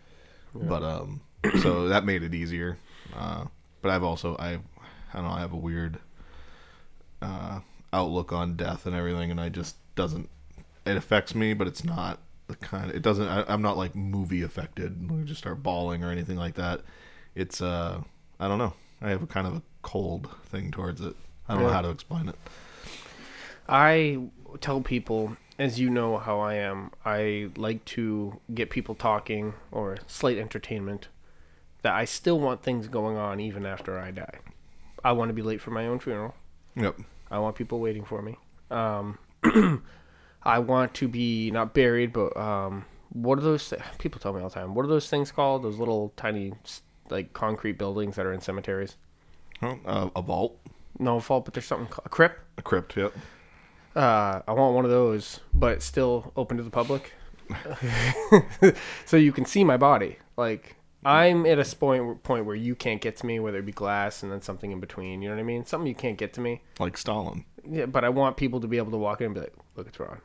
But um so that made it easier. Uh but I've also I I don't know, I have a weird uh outlook on death and everything and I just doesn't it affects me, but it's not the kind it doesn't I, I'm not like movie affected and I just start bawling or anything like that. It's uh I don't know. I have a kind of a cold thing towards it. I don't know
Yeah.
how to explain it.
I tell people, as you know how I am, I like to get people talking or slight entertainment. that I still want things going on even after I die. I want to be late for my own funeral.
Yep.
I want people waiting for me. Um, I want to be not buried, but um, what are those? Th- people tell me all the time. What are those things called? Those little tiny, s- like concrete buildings that are in cemeteries.
Oh, uh, a vault,
No fault, but there's something ca- a crypt.
a crypt. Yep.
Uh, I want one of those, but still open to the public, so you can see my body. Like
Mm-hmm.
I'm at a point point where you can't get to me, whether it be glass and then something in between. You know what I mean? Something you can't get to me.
Like Stalin.
Yeah, but I want people to be able to walk in and be like, "Look, it's Ron."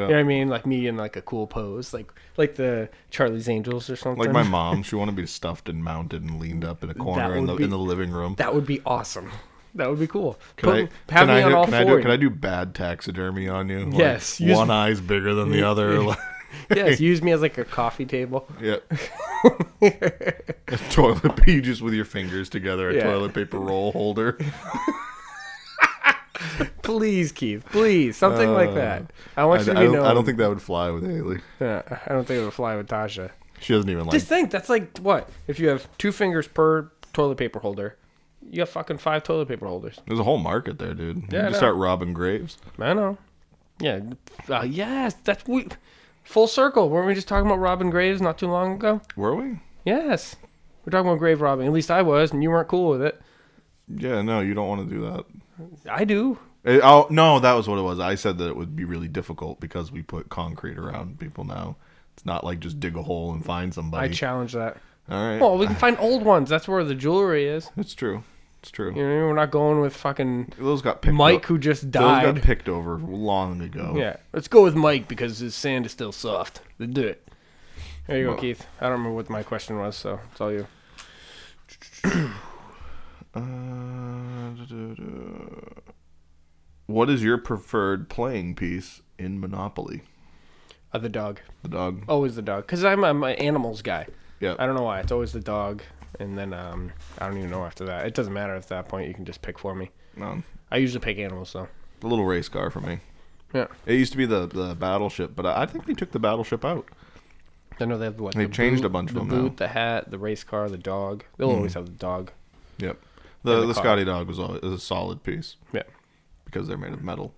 You know what I mean? Like me in like a cool pose, like like the Charlie's Angels or something.
Like my mom, she wanted to be stuffed and mounted and leaned up in a corner in
would
the
be-
in the living room.
That would be awesome. That would be cool.
Can I,
Put- have
can
me
I
on
do,
all
can I do
four.
can I do bad taxidermy on you? Like,
Yes, use-
one eye's bigger than the other. like-
yes, use me as like a coffee table.
yeah. toilet pee just with your fingers together, a
Yeah.
toilet paper roll holder.
Please, Keith. Please, something like that. I want
Uh,
you
I,
to
I
know.
don't, I don't think that would fly with Haley.
Yeah, I don't think it would fly with Tasha.
She doesn't even like.
Just think, that's like what if you have two fingers per toilet paper holder. You have fucking five toilet paper holders.
There's a whole market there, dude.
Yeah, I
you can
know.
start robbing graves.
I know. Yeah. Uh, yes, that's we. Full circle. Weren't we just talking about Robin Graves not too long ago?
Were we?
Yes. We're talking about grave robbing. At least I was, and you weren't cool with it.
Yeah, no, you don't want to do that.
I do.
Eh, oh no, that was what it was. I said that it would be really difficult because we put concrete around people now. It's not like just dig a hole and
I
find somebody.
challenge that.
All right,
Well, we can find old ones. That's where the jewelry is.
it's true. It's true.
You know, we're not going with fucking
Those got picked.
Mike
o-
who just
those got
died.
picked over long ago.
Yeah. Let's go with Mike because his sand is still soft. The dirt. There you go,
Well-
Keith. I don't remember what my question was, so it's all you.
Uh, duh, duh, duh. What is your preferred playing piece in Monopoly?
Uh, the dog.
The dog.
Always the dog. Because I'm, I'm an animals guy.
Yeah.
I don't know why. It's always the dog. And then um, I don't even know after that. It doesn't matter at that point. You can just pick for me.
No,
I usually pick animals, though.
the um, little race car for me.
Yeah.
It used to be the, the battleship, but I I think they took the battleship out.
I know they have what
They've
the
changed
boot-
a bunch of
the
them now.
boot, the hat, the race car, the dog. They'll always have the dog.
Yep. The
And
the,
the car.
Scotty dog was always, is a solid piece
Yeah.
because they're made of metal.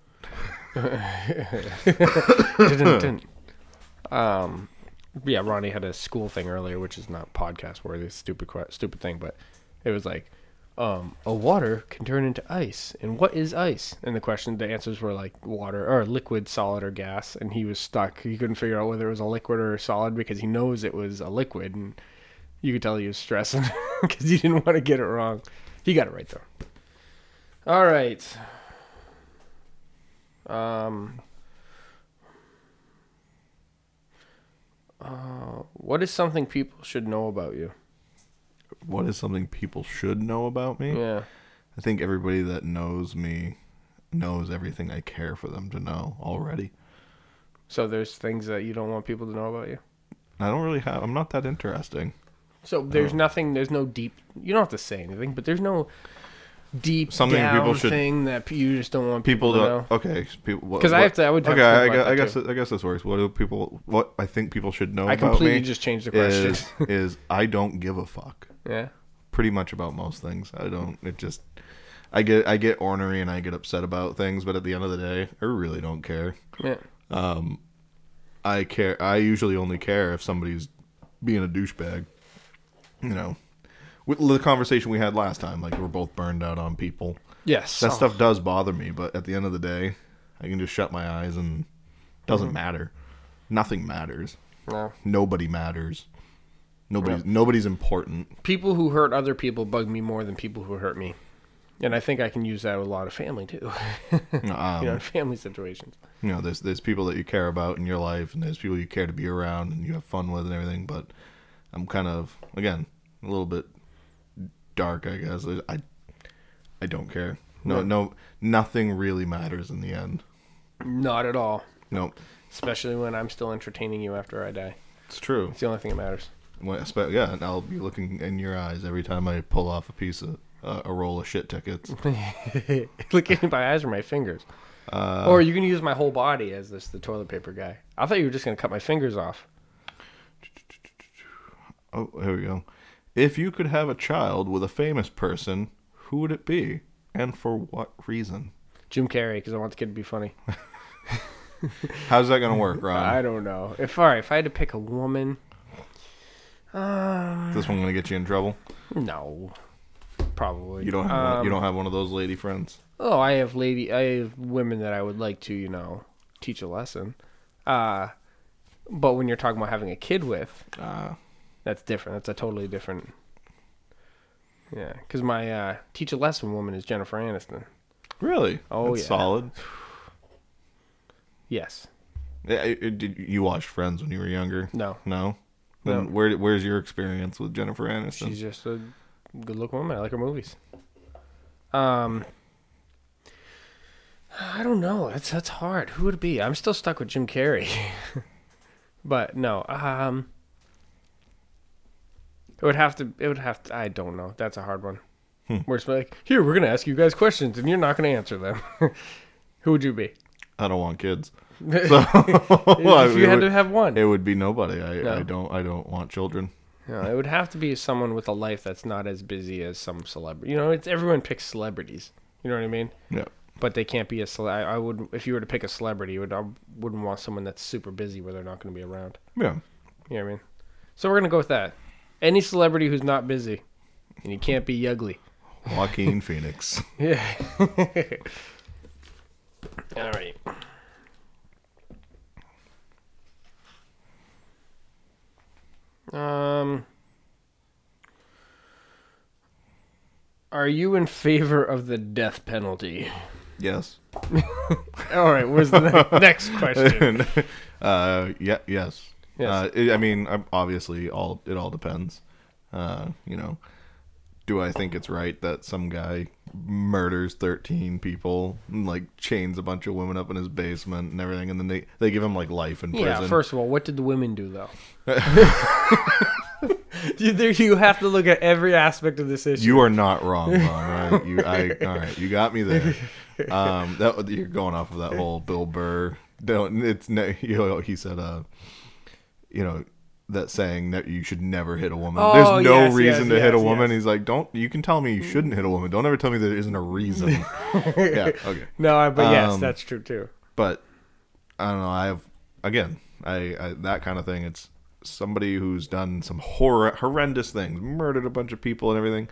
Dun-dun-dun. um, yeah. Ronnie had a school thing earlier, which is not podcast worthy, stupid, que- stupid thing, but it was like, um, a water can turn into ice, and what is ice? And the question, the answers were like water or liquid, solid, or gas, and he was stuck. He couldn't figure out whether it was a liquid or a solid because he knows it was a liquid, and you could tell he was stressing because he didn't want to get it wrong. He got it right though. All right. Um. Uh, what is something people should know about you?
What is something people should know about me?
Yeah.
I think everybody that knows me knows everything I care for them to know already.
So there's things that you don't want people to know about you.
I don't really have. I'm not that interesting. Oh.
So there's nothing. There's no deep. You don't have to say anything, but there's no deep
Something
down
people should-
thing that p- you just don't want people,
People
to
don't.
know.
Okay. People. what-
'Cause I
what-
have to- I would have
Okay.
to
I,
think
guess,
about
I
that
guess. I guess this works. What do people? What I think people should know
I
about
completely
me
just changed the question.
is is I don't give a fuck.
yeah.
pretty much about most things. I don't. It just I get I get ornery and I get upset about things, but at the end of the day, I really don't care.
Yeah.
I care. I usually only care if somebody's being a douchebag. You know, with the conversation we had last time, like we're both burned out on people.
Yes.
That
Oh,
stuff does bother me, but at the end of the day, I can just shut my eyes and it doesn't matter. Nothing matters.
no.
Nobody matters. Nobody's nobody's important.
people who hurt other people bug me more than people who hurt me. And I think I can use that with a lot of family too.
Um,
you know, in family situations.
you know, there's there's people that you care about in your life, and there's people you care to be around and you have fun with and everything. But I'm kind of again a little bit dark, I guess. I I, I don't care. No, no, nothing really matters in the end.
Not at all.
No,
Especially when I'm still entertaining you after I die.
it's true.
It's the only thing that matters.
Well, espe- Yeah, and I'll be looking in your eyes every time I pull off a piece of uh, a roll of shit tickets.
Look at my eyes or my fingers.
Uh,
or you can use my whole body as this the toilet paper guy. I thought you were just gonna cut my fingers off.
Oh, here we go. If you could have a child with a famous person, who would it be, and for what reason?
Jim Carrey because I want the kid to be funny.
How's that gonna work,
I
Ron?
don't know. If all right, if I had to pick a woman,
Is this one gonna get you in trouble?
no, probably.
You don't have one,
Um,
you don't have one of those lady friends.
Oh, I have lady. I have women that I would like to, you know, teach a lesson. Uh, but when you're talking about having a kid with,
Uh,
that's different. That's a totally different. Yeah, because my uh, teach a lesson woman is Jennifer Aniston.
really?
Oh,
That's
yeah.
Solid.
Yes.
Yeah, it- it- did you watch Friends when you were younger?
No.
No. Then
No.
where where's your experience with Jennifer Aniston?
She's just a good looking woman. I like her movies. Um I don't know. That's that's hard. Who would it be? I'm still stuck with Jim Carrey. but no, um it would have to it would have to I don't know. That's a hard one. Where it's like, here we're gonna ask you guys questions and you're not gonna answer them. Who would you be?
I don't want kids.
if you had to have one.
it would be nobody. I,
No.
I don't I don't want children.
No, it would have to be someone with a life that's not as busy as some celebrity. You know, it's everyone picks celebrities. You know what I mean?
Yeah.
But they can't be a cele- I, I would if you were to pick a celebrity, you would I wouldn't want someone that's super busy where they're not going to be around.
Yeah.
You know what I mean? So we're gonna go with that. Any celebrity who's not busy, and you can't be ugly.
Joaquin Phoenix.
Yeah. All right. Um, are you in favor of the death penalty?
Yes.
All right, where's the ne- next question?
uh, yeah. Yes.
Yes.
Uh, it, I mean, I'm- obviously, all it all depends. Uh, you know, do I think it's right that some guy murders 13 people, and, like chains a bunch of women up in his basement and everything, and then they they give him like life in prison?
Yeah, first of all, what did the women do though? you, there, you have to look at every aspect of this issue.
You are not wrong, Ron. all Right? You, I, all right, you got me there. Um, that you're going off of that whole Bill Burr. Don't. It's ne- you know, he said, uh, you know, that saying that you should never hit a woman.
Oh,
There's no
yes, yes,
reason to hit a
yes,
woman.
yes.
He's like, don't. You can tell me you shouldn't hit a woman. Don't ever tell me there isn't a reason. yeah. Okay.
no, I- but yes,
Um,
that's true too.
But I don't know. I have again. I, I that kind of thing. It's somebody who's done some horror, horrendous things, murdered a bunch of people and everything.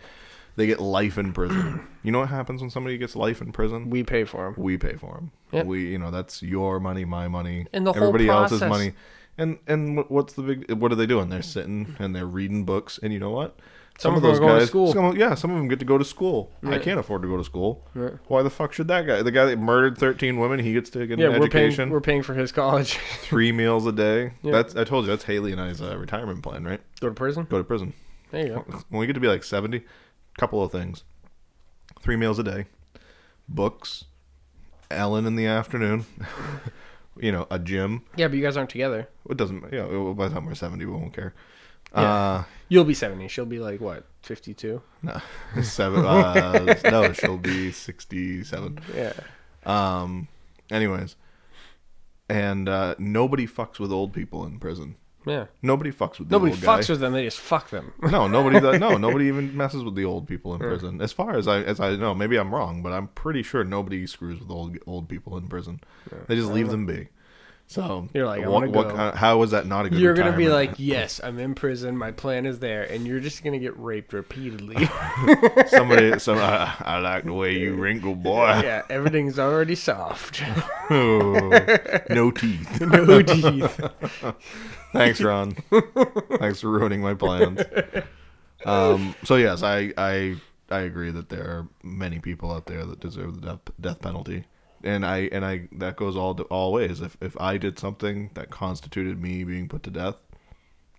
They get life in prison. you know what happens when somebody gets life in prison?
We pay for them.
We pay for them.
Yep.
We, you know, that's your money, my money,
And the whole
everybody else's
process.
money. And and what- what's the big? What are they doing? They're sitting and they're reading books. And you know what?
Some of them are going to school.
some of- yeah, some of them get to go to school. I can't afford to go to school. Why the fuck should that guy? The guy that murdered thirteen women, he gets to get
Yeah,
an
we're
education
paying. We're paying for his college.
three meals a day. That's I told you that's Haley and I's uh, retirement plan, right?
Go to prison.
Go to prison.
There you go.
When we get to be like seventy, couple of things: three meals a day, books, Ellen in the afternoon, you know, a gym.
Yeah, but you guys aren't together.
It doesn't. You know, by the time we're seventy, we won't care.
Yeah. You'll be seventy. She'll be like what, fifty-two?
Uh, no, seven. Uh, no, she'll be sixty-seven.
Yeah.
Um. Anyways, and uh, nobody fucks with old people in prison.
Yeah.
Nobody fucks with the
Nobody
old guy.
fucks with them. They just fuck them.
No, nobody. That, no, nobody even messes with the old people in prison. As far as I as I know, maybe I'm wrong, but I'm pretty sure nobody screws with old old people in prison. They just leave them be. So
You're like, I
what,
wanna
what
go.
kind- how is that not a good?
You're gonna be
retirement?
like, yes, I'm in prison. My plan is there, and you're just gonna get raped repeatedly.
somebody. Some I, I like the way you wrinkle, boy.
yeah, everything's already soft.
no teeth.
no teeth.
Thanks, Ron. Thanks for ruining my plans. Um, so yes, I, I I agree that there are many people out there that deserve the death, death penalty, and I and I that goes all all ways. If if I did something that constituted me being put to death,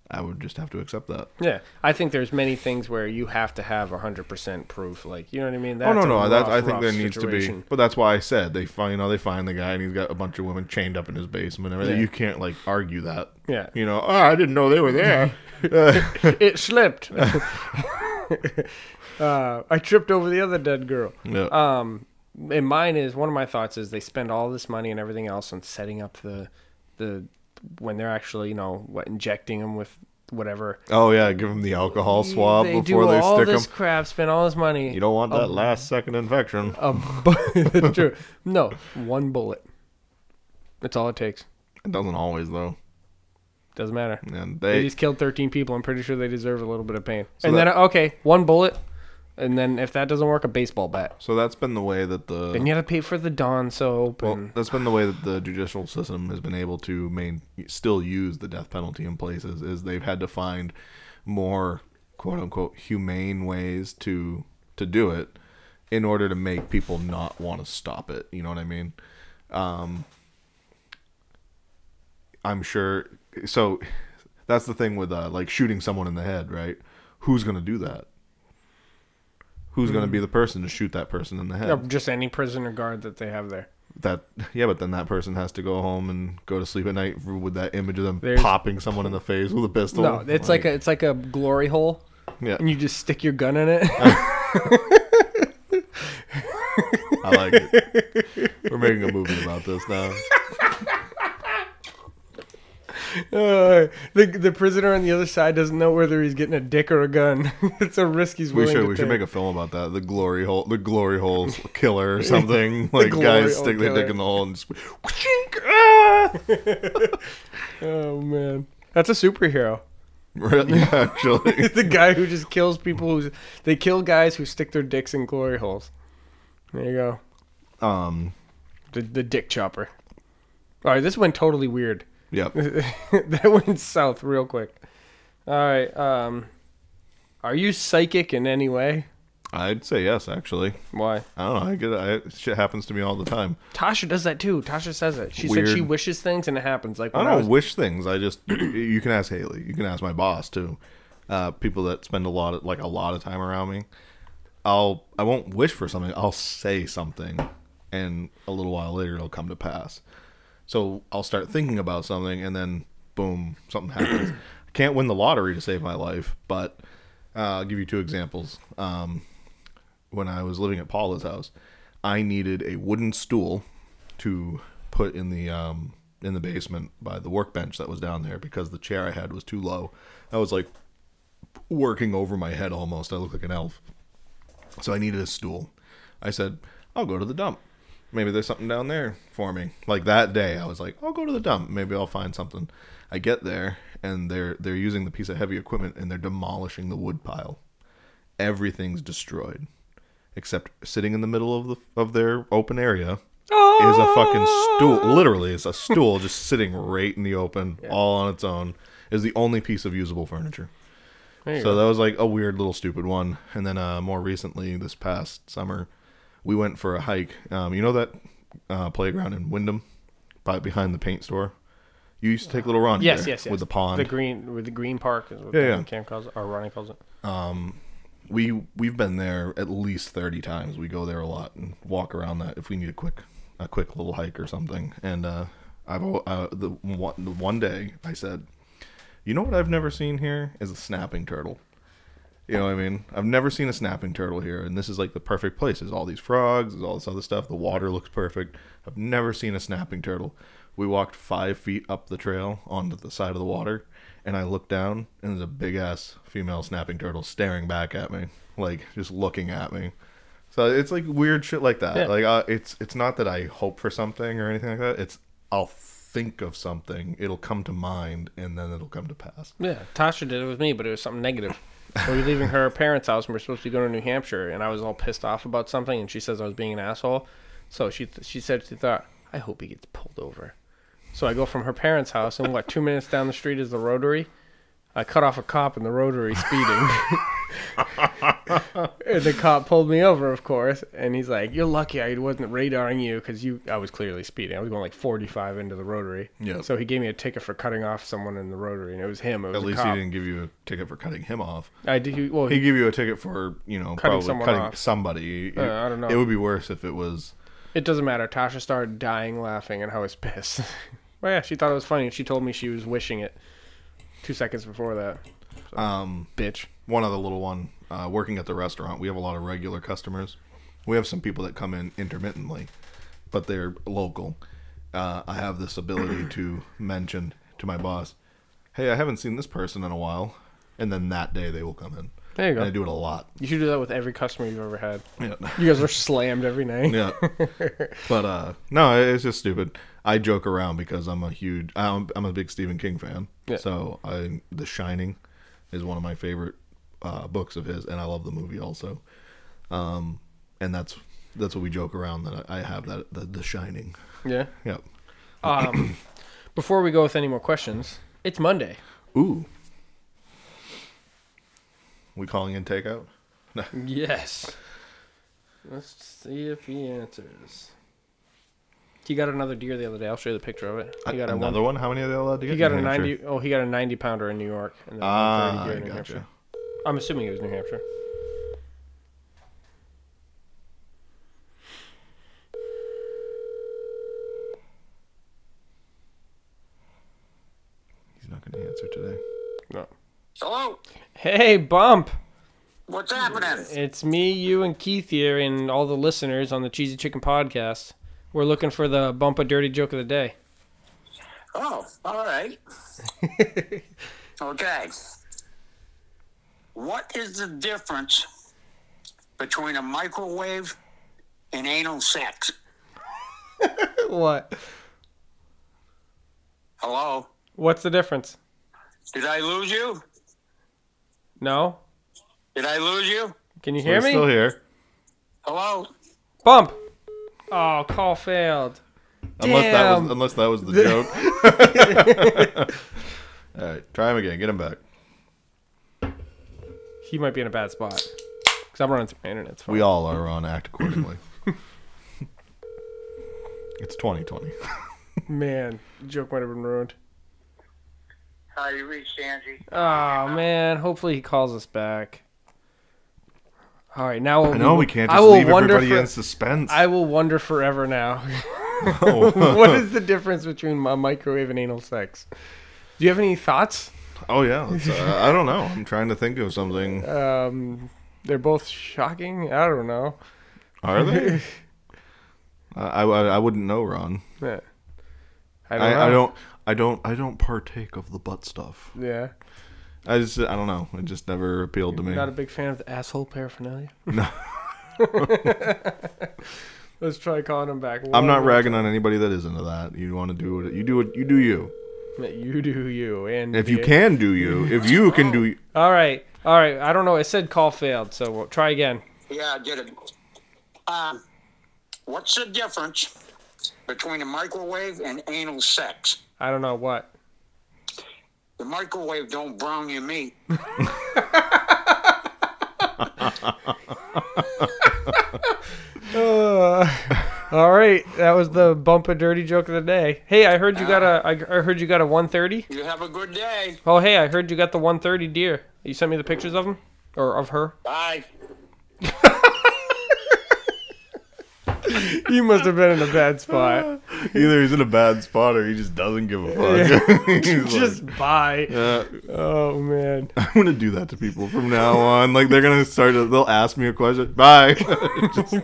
I would just have to accept that.
Yeah, I think there's many things where you have to have hundred percent proof. Like, you know what I mean?
Oh
That's
no,
a
no, that,
rough,
I think
rough
there needs to
situation.
be. But that's why I said they find, you know, they find the guy and he's got a bunch of women chained up in his basement. and everything.
Yeah.
You can't like argue that.
Yeah.
You know, oh, I didn't know they were there.
It slipped. uh, I tripped over the other dead girl.
Yeah.
Um, and mine is one of my thoughts is they spend all this money and everything else on setting up the the when they're actually you know what injecting them with whatever.
Oh yeah, give them the alcohol swab
they
before
do
they
all
stick
this Oh.
them.
crap, spend all this money.
You don't want that last second infection.
a bu- true. No, one bullet. That's all it takes.
It doesn't always though.
Doesn't matter.
And
They
they
just killed 13 people. I'm pretty sure they deserve a little bit of pain.
So
and
that-
then, uh, okay, one bullet. And then if that doesn't work, a baseball bat.
so that's been the way that the
Then you gotta pay for the Dawn soap.
Uh-huh. Well,
and
that's been the way that the judicial system has been able to main still use the death penalty in places is they've had to find more quote unquote humane ways to to do it in order to make people not want to stop it. You know what I mean? Um, I'm sure. So that's the thing with uh, like shooting someone in the head, right? Who's gonna do that? Who's gonna be the person to shoot that person in the head?
or just any prisoner guard that they have there.
that yeah, but then that person has to go home and go to sleep at night with that image of them
There's-
popping someone in the face with a pistol.
No, it's like, a it's like a glory hole,
yeah.
and you just stick your gun in it.
I like it. We're making a movie about this now.
Uh, the the prisoner on the other side doesn't know whether he's getting a dick or a gun. it's a risk he's
We
willing
should
to
we should
take.
make a film about that. The glory hole, the glory hole killer or something. Like
glory
guys
hole
stick their dick
killer.
in the hole and just whooshink, ah!
oh man, that's a superhero.
Really, actually.
the guy who just kills people who they kill guys who stick their dicks in glory holes. There you go.
Um.
The the dick chopper. All right, this went totally weird.
Yep.
that went south real quick. All right. Um, are you psychic in any way?
I'd say yes. Actually,
Why?
I don't know. I get it. I, shit happens to me all the time.
Tasha does that too. Tasha says it. She said she
Weird.
wishes things and it happens. Like
I
when
don't
was-
wish things. I just you can ask Haley. You can ask my boss too. Uh, people that spend a lot of like a lot of time around me. I'll I won't wish for something. I'll say something, and a little while later it'll come to pass. So I'll start thinking about something, and then boom, something happens. I can't win the lottery to save my life, but uh, I'll give you two examples. Um, when I was living at Paula's house, I needed a wooden stool to put in the um, in the basement by the workbench that was down there because the chair I had was too low. I was like working over my head almost. I looked like an elf. So I needed a stool. I said, I'll go to the dump. Maybe there's something down there for me. Like that day, I was like, I'll go to the dump. Maybe I'll find something. I get there, and they're they're using the piece of heavy equipment, and they're demolishing the wood pile. Everything's destroyed, except sitting in the middle of the of their open area is a fucking
Ah.
stool. Literally, it's a stool just sitting right in the open, all on its own. Is the only piece of usable furniture.
There you
So that was like a weird little stupid one. And then uh, more recently, this past summer, we went for a hike. Um, you know that uh, playground in Wyndham, by behind the paint store. You used to take little Ronnie
Uh, Yes,
there
yes, yes.
with the pond.
The green, with the green park is what
Yeah,
yeah,
yeah.
Cam calls it, or Ronnie calls it.
we we've been there at least 30 times we go there a lot and walk around that if we need a quick a quick little hike or something and uh i've al- uh, the one, the one day i said you know what i've never seen here is a snapping turtle you know what i mean i've never seen a snapping turtle here and this is like the perfect place there's all these frogs there's all this other stuff the water looks perfect i've never seen a snapping turtle we walked five feet up the trail onto the side of the water and I look down, and there's a big ass female snapping turtle staring back at me, like just looking at me. So it's like weird shit like that.
Yeah.
Like uh, it's it's not that I hope for something or anything like that. It's I'll think of something, it'll come to mind, and then it'll come to pass.
Yeah, Tasha did it with me, but it was something negative. we were leaving her parents' house, and we are supposed to go to New Hampshire, and I was all pissed off about something, and she says I was being an asshole. So she th- she said she thought I hope he gets pulled over. So I go from her parents' house, and what two minutes down the street is the Rotary. I cut off a cop in the Rotary speeding. and the cop pulled me over, of course, and he's like, "You're lucky I wasn't radaring you because you I was clearly speeding. I was going like 45 into the Rotary.
Yeah.
So he gave me a ticket for cutting off someone in the Rotary, and it was him. It was
At
a
least
cop.
he didn't give you a ticket for cutting him off.
I did. Well,
He
he,
give you a ticket for you know probably
someone
cutting
off.
somebody.
Uh, I don't know.
It would be worse if it was.
it doesn't matter. Tasha started dying laughing, and I was pissed. well, yeah, she thought it was funny, and she told me she was wishing it. Two seconds before that,
Um,
bitch.
one other little one uh, working at the restaurant we have a lot of regular customers we have some people that come in intermittently but they're local uh, i have this ability to mention to my boss hey, I haven't seen this person in a while, and then that day they will come in.
There you
And I
go.
do it a lot.
You should do that with every customer you've ever had.
Yeah.
You guys are slammed every night.
yeah. But uh no, it's just stupid. I joke around because I'm a huge I'm, I'm a big Stephen King fan.
Yeah.
So I The Shining is one of my favorite uh books of his and I love the movie also. Um and that's that's what we joke around that I I have that the, the Shining.
Yeah.
Yep.
Um, before we go with any more questions, it's Monday.
Ooh. We calling in takeout?
Yes. Let's see if he answers. He got another deer the other day. I'll show you the picture of it. He got a one-
Another one? How many are they allowed to get?
He got
New
a
Hampshire?
ninety. Oh, he got a ninety pounder in New York, and then a
Ah,
130 here in New
gotcha.
Hampshire. I'm assuming it was New Hampshire.
He's not going to answer today.
No.
Hello,
Hey, Bump!
what's happening?
It's me, you, and Keith here, and all the listeners on the Cheesy Chicken Podcast. We're looking for the bump a dirty joke of the day.
Oh, all right. okay. What is the difference between a microwave and anal sex?
What?
Hello,
What's the difference?
did I lose you?
No?
Did I lose you?
Can you
We're
hear me?
still here.
Hello,
Bump! Oh, call failed.
Unless that was
Damn.
unless that was the joke. All right, try him again. Get him back.
He might be in a bad spot. Because I'm running through my internet. It's fine.
We all are on act accordingly. it's 2020.
Man, joke might have been ruined.
how you reached Angie?
Oh man, hopefully he calls us back. All right, now
I know we can't
I
just
will
leave
wonder
everybody
for-
in suspense.
I will wonder forever now.
oh.
what is the difference between a microwave and anal sex? Do you have any thoughts?
Oh, yeah, that's, uh, I don't know. I'm trying to think of something.
Um, they're both shocking. I don't know.
Are they? I, I I wouldn't know, Ron.
Yeah.
I, I don't I don't I don't partake of the butt stuff.
Yeah,
I just I don't know. It just never appealed to me.
not a big fan of the asshole paraphernalia.
No.
Let's try calling him back.
I'm not
One-
ragging on anybody that is into that. You want to do what you do. What you do. You.
You do you, and
If you
the-
can do you. If you can do.
All right, all right. I don't know. It said call failed, so we'll try again.
Yeah, I did it. Um, what's the difference between a microwave and anal sex?
I don't know what.
The microwave don't brown your meat.
Uh, all right, that was the bump a dirty joke of the day. Hey, I heard you got a. I, I heard you got a 130.
You have a good day.
Oh, hey, I heard you got the 130 deer. You sent me the pictures of him or of her.
Bye.
You must have been in a bad spot.
Either he's in a bad spot or he just doesn't give a fuck. He's
Just bye.
like, uh,
Oh man.
I'm gonna do that to people from now on. Like they're gonna start. To, they'll ask me a question. Bye.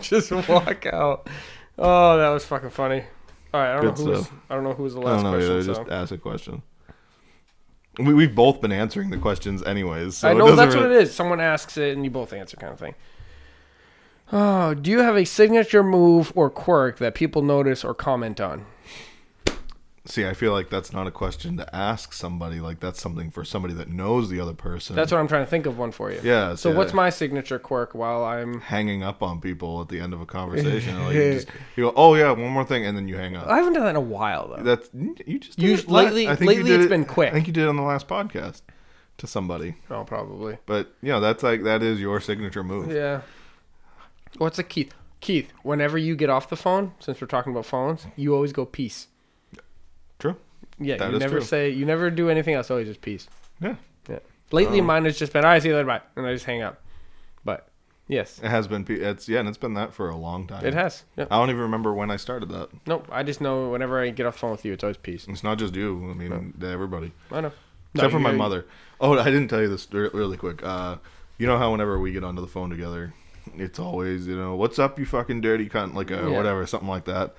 Just walk out. Oh, that was fucking funny. All right, I don't
Good
know who was,
stuff.
I don't know who was the
I
last
don't know.
question.
Either.
so.
Just ask a question. We, we've both been answering the questions anyways. So
I
it
know
doesn't
that's
really-
what it is. Someone asks it and you both answer, kind of thing. Oh, do you have a signature move or quirk that people notice or comment on?
See, I feel like that's not a question to ask somebody. Like that's something for somebody that knows the other person.
That's what I'm trying to think of one for you.
Yeah,
So
yeah.
what's my signature quirk while I'm
hanging up on people at the end of a conversation. Like you, just, you go, oh yeah, one more thing, and then you hang
I
up.
haven't done that in a while though.
That's you just did
You-
it la-
lately-
I think you
lately
did
it's
it-
been quick.
I think you did it on the last podcast to somebody,
Oh, probably.
but you know that's like that is your signature move.
Yeah. What's a Keith? Keith, whenever you get off the phone, since we're talking about phones, you always go peace.
True.
Yeah,
That
you
is
never
true.
say you never do anything else, always just peace.
Yeah,
Yeah.
Um,
Lately mine has just been I see you later bye and I just hang up. But yes.
it has been. pe- It's yeah, and it's been that for a long time.
It has. Yeah.
I don't even remember when I started that.
Nope. I just know whenever I get off the phone with you, it's always peace.
It's not just you. I mean, everybody.
I know. No,
except for
you-
my mother. Oh, I didn't tell you this re- really quick. Uh, you know how whenever we get onto the phone together, it's always you know what's up, you fucking dirty cunt, like uh, a
Yeah.
whatever, something like that.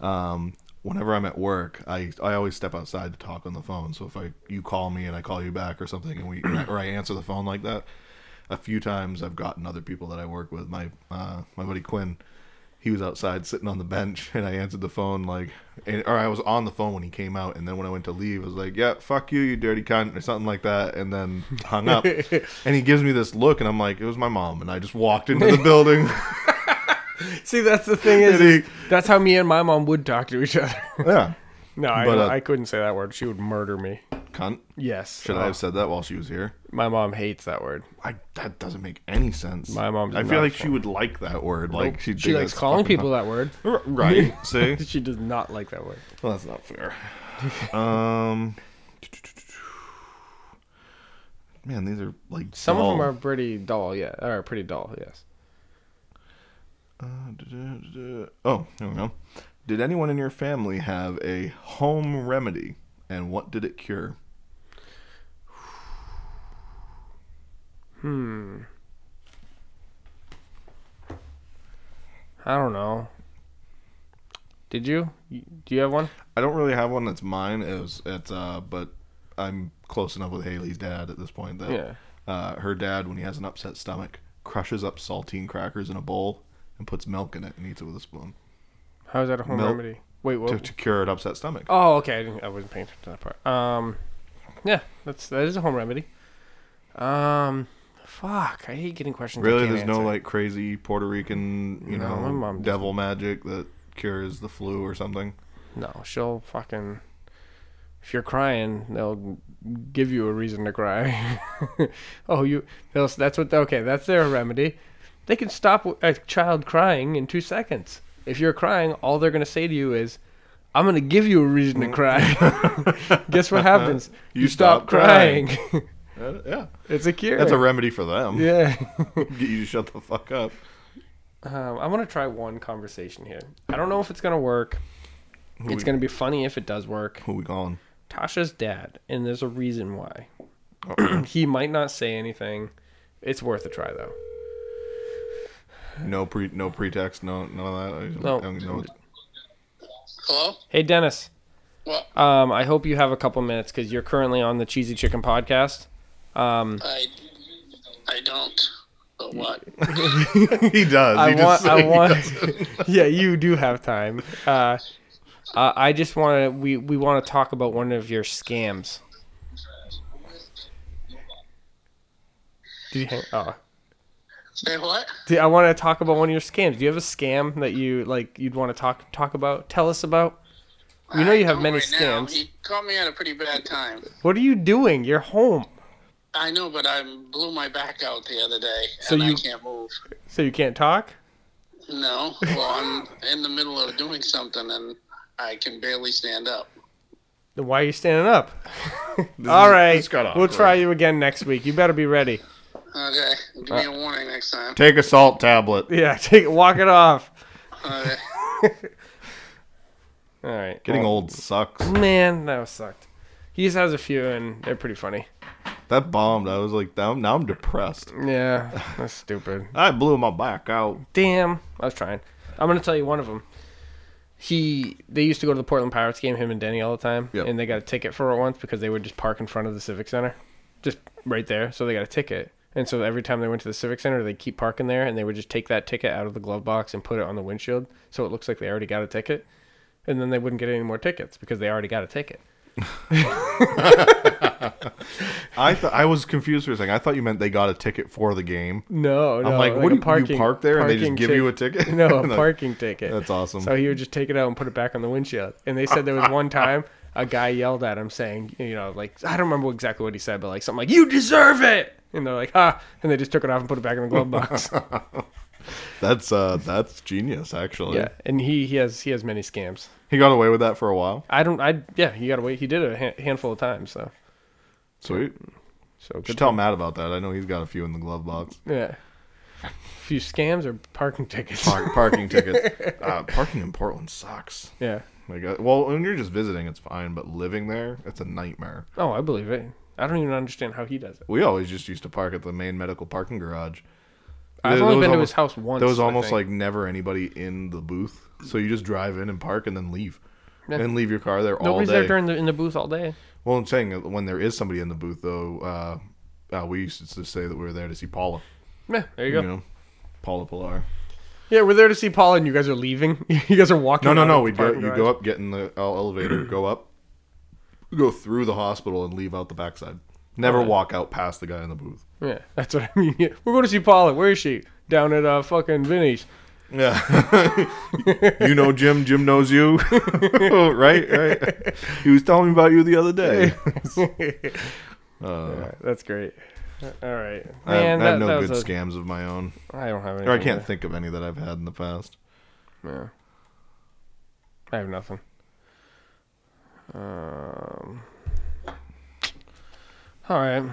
Um, whenever I'm at work, I, I always step outside to talk on the phone. So if I you call me and I call you back or something, and we or I answer the phone like that, a few times I've gotten other people that I work with. My uh, my buddy Quinn, he was outside sitting on the bench, and I answered the phone like, and, or I was on the phone when he came out, and then when I went to leave, I was like, "Yeah, fuck you, you dirty cunt," or something like that, and then hung up. and he gives me this look, and I'm like, "It was my mom," and I just walked into the building.
See, that's the thing is,
And he-
is that's how me and my mom would talk to each other.
yeah,
no, I,
But, uh,
I couldn't say that word. She would murder me.
cunt.
Yes. Uh,
Should I have said that while she was here?
My mom hates that word.
I, that doesn't make any sense.
My mom did
I
not
feel like she would like that word. Like she'd
She
think
likes
that's
calling
fucking
people that word.
hot. R- Right? See,
She does not like that word.
well, that's not fair. Um, man, these are like
Some of them
dull.
are pretty dull, yeah. Are pretty dull, yes.
Uh, da-da-da-da. Oh, here we go. Did anyone in your family have a home remedy, and what did it cure?
I don't know. Did you? Y- Do you have one?
I don't really have one that's mine. It was, it's uh, but I'm close enough with Haley's dad at this point that
Yeah.
uh, her dad, when he has an upset stomach, crushes up saltine crackers in a bowl and puts milk in it and eats it with a spoon
How is that a home
Milk.
remedy? Wait,
to,
what?
to cure an upset stomach.
Oh, okay. I, didn't, I wasn't paying attention to that part. Um, yeah, that's that is a home remedy. Um, fuck. I hate getting questions. I
really,
can't
there's no
answer.
like crazy Puerto Rican, you
No,
know,
my mom doesn't.
devil magic that cures the flu or something.
No, she'll fucking. If you're crying, they'll give you a reason to cry. oh, you. They'll, that's what. Okay, that's their remedy. They can stop a child crying in two seconds. If you're crying, all they're gonna say to you is, "I'm gonna give you a reason to cry." Guess what happens?
You stop Uh, yeah,
it's a cure.
that's a remedy for them.
yeah.
Get you to shut the fuck up.
um, I want to try one conversation here. I don't know if it's gonna work. It's
we-
gonna be funny if it does work.
Who we calling?
Tasha's dad, and there's a reason why.
Oh.
he might not say anything. It's worth a try though.
No pre, no pretext, no none of that. I don't-
No.
I don't know what-
Hello?
Hey Dennis,
Well,
um, I hope you have a couple minutes because you're currently on the Cheesy Chicken podcast. Um,
I, I don't. But what?
he does.
I
he just
want,
said
I
he
want,
does.
yeah, you do have time. Uh, uh, I just want to, we, we want to talk about one of your scams. Did you hang, oh,
Say what?
Do- I want to talk about one of your scams. Do you have a scam that you like you'd want to talk talk about? Tell us about. You know you have
Don't
many
right now.
scams.
He caught me at a pretty bad time.
What are you doing? You're home,
I know, but I blew my back out the other day,
So
and I
you-
can't move.
so you can't talk.
No, well, I'm in the middle of doing something, and I can barely stand up.
Then why are you standing up? All right,
this got
we'll
awkward.
try you again next week. You better be ready.
Okay, give
Uh,
me a warning next time.
Take a salt tablet.
Yeah, take walk it off.
Okay.
All right,
Getting
well,
old sucks.
Man, that was sucked. He just has a few, and they're pretty funny.
That bombed. I was like, now, now I'm depressed.
Yeah, that's stupid.
I blew my back out.
Damn, I was trying. I'm gonna tell you one of them. He they used to go to the Portland Pirates game, him and Denny all the time,
Yep.
and they got a ticket for it once because they would just park in front of the Civic Center, just right there. So they got a ticket, and so every time they went to the Civic Center, they keep parking there, and they would just take that ticket out of the glove box and put it on the windshield, so it looks like they already got a ticket, and then they wouldn't get any more tickets because they already got a ticket.
I th- I was confused for a second. I thought you meant they got a ticket for the game.
No, no.
I'm like, what
a
do you- you park there and they just
parking
give you a ticket?
No, a
Like,
parking ticket.
that's awesome.
So he would just take it out and put it back on the windshield. And they said there was one time a guy yelled at him saying, you know, like I don't remember exactly what he said, but like something like "You deserve it," and they're like, "Ha!" And they just took it off and put it back in the glove box.
That's uh, that's genius actually.
yeah, and he he has he has many scams.
He got away with that for a while.
I don't I yeah you gotta wait. He did it a ha- handful of times. So
Sweet.
so good.
Should tell Matt about that. I know he's got a few in the glove box.
Yeah. Few scams or parking tickets.
Park, parking tickets. Uh, parking in Portland sucks.
Yeah.
Like, uh, well, when you're just visiting, it's fine, but living there, it's a nightmare.
Oh, I believe it. I don't even understand how he does it.
We always just used to park at the main medical parking garage.
I've
There-
only
there
been
was
to
almost-
his house once.
There was
I
almost
think.
like never anybody in the booth, so you just drive in and park and then leave. and leave your car there all
Nobody's
day.
there during the in the booth all day.
well, I'm saying that when there is somebody in the booth, though, uh, uh, we used to just say that we were there to see Paula.
Yeah, there you
You
go.
know, Paula Pilar.
Yeah, we're there to see Paul, and you guys are leaving. you guys are walking.
No, no,
out
no.
of
We
the
go.
parking
You
garage.
go up, get in the el- elevator, go up, go through the hospital, and leave out the backside. Never walk out past the guy in the booth.
Yeah, that's what I mean. Yeah. We're going to see Paula. Where is she? Down at uh, fucking Vinny's.
Yeah. you know Jim. Jim knows you. right, right. He was telling me about you the other day.
Yeah, that's great. All right,
I have,
man.
I
that,
have no
that
good
was a,
scams of my own.
I don't have any.
Or I can't think of any that I've had in the past.
Yeah. I have nothing. Um. All right.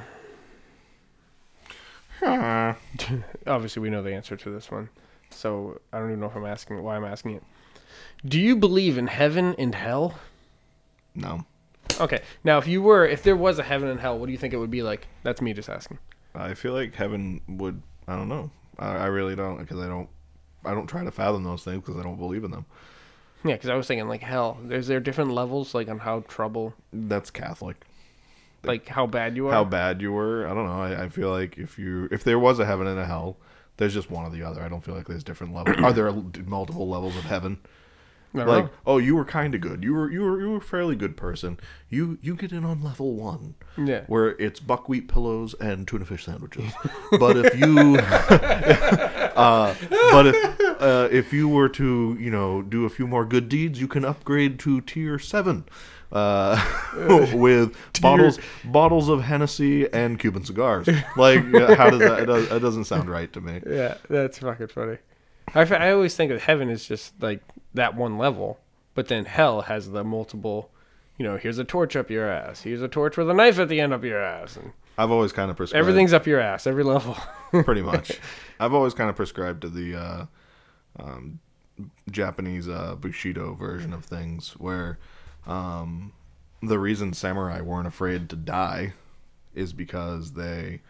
Obviously, we know the answer to this one, so I don't even know if I'm asking it, why I'm asking it. Do you believe in heaven and hell?
No.
Okay. Now, if you were, if there was a heaven and hell, what do you think it would be like? That's me just asking.
I feel like heaven would. I don't know. I, I really don't because I don't. I don't try to fathom those things because I don't believe in them.
Yeah, because I was thinking like hell. Is there different levels like on how trouble,
That's Catholic.
like how bad you are?
How bad you were. I don't know. I, I feel like if you if there was a heaven and a hell, there's just one or the other. I don't feel like there's different levels. Are there multiple levels of heaven?
I don't
like
know.
oh you were kind of good you were you were you were a fairly good person you you get in on level one
Yeah.
where it's buckwheat pillows and tuna fish sandwiches but if you uh, but if, uh, if you were to you know do a few more good deeds you can upgrade to tier seven uh, with bottles bottles of Hennessy and Cuban cigars like how does that it, does, it doesn't sound right to me
Yeah, that's fucking funny. I, fe- I always think that heaven is just like that one level, but then hell has the multiple. You know, here's a torch up your ass. Here's a torch with a knife at the end up your ass, and
I've always kind of prescribed
everything's up your ass. Every level.
pretty much. I've always kind of prescribed to the uh, um, Japanese uh, Bushido version of things, where um, the reason samurai weren't afraid to die is because they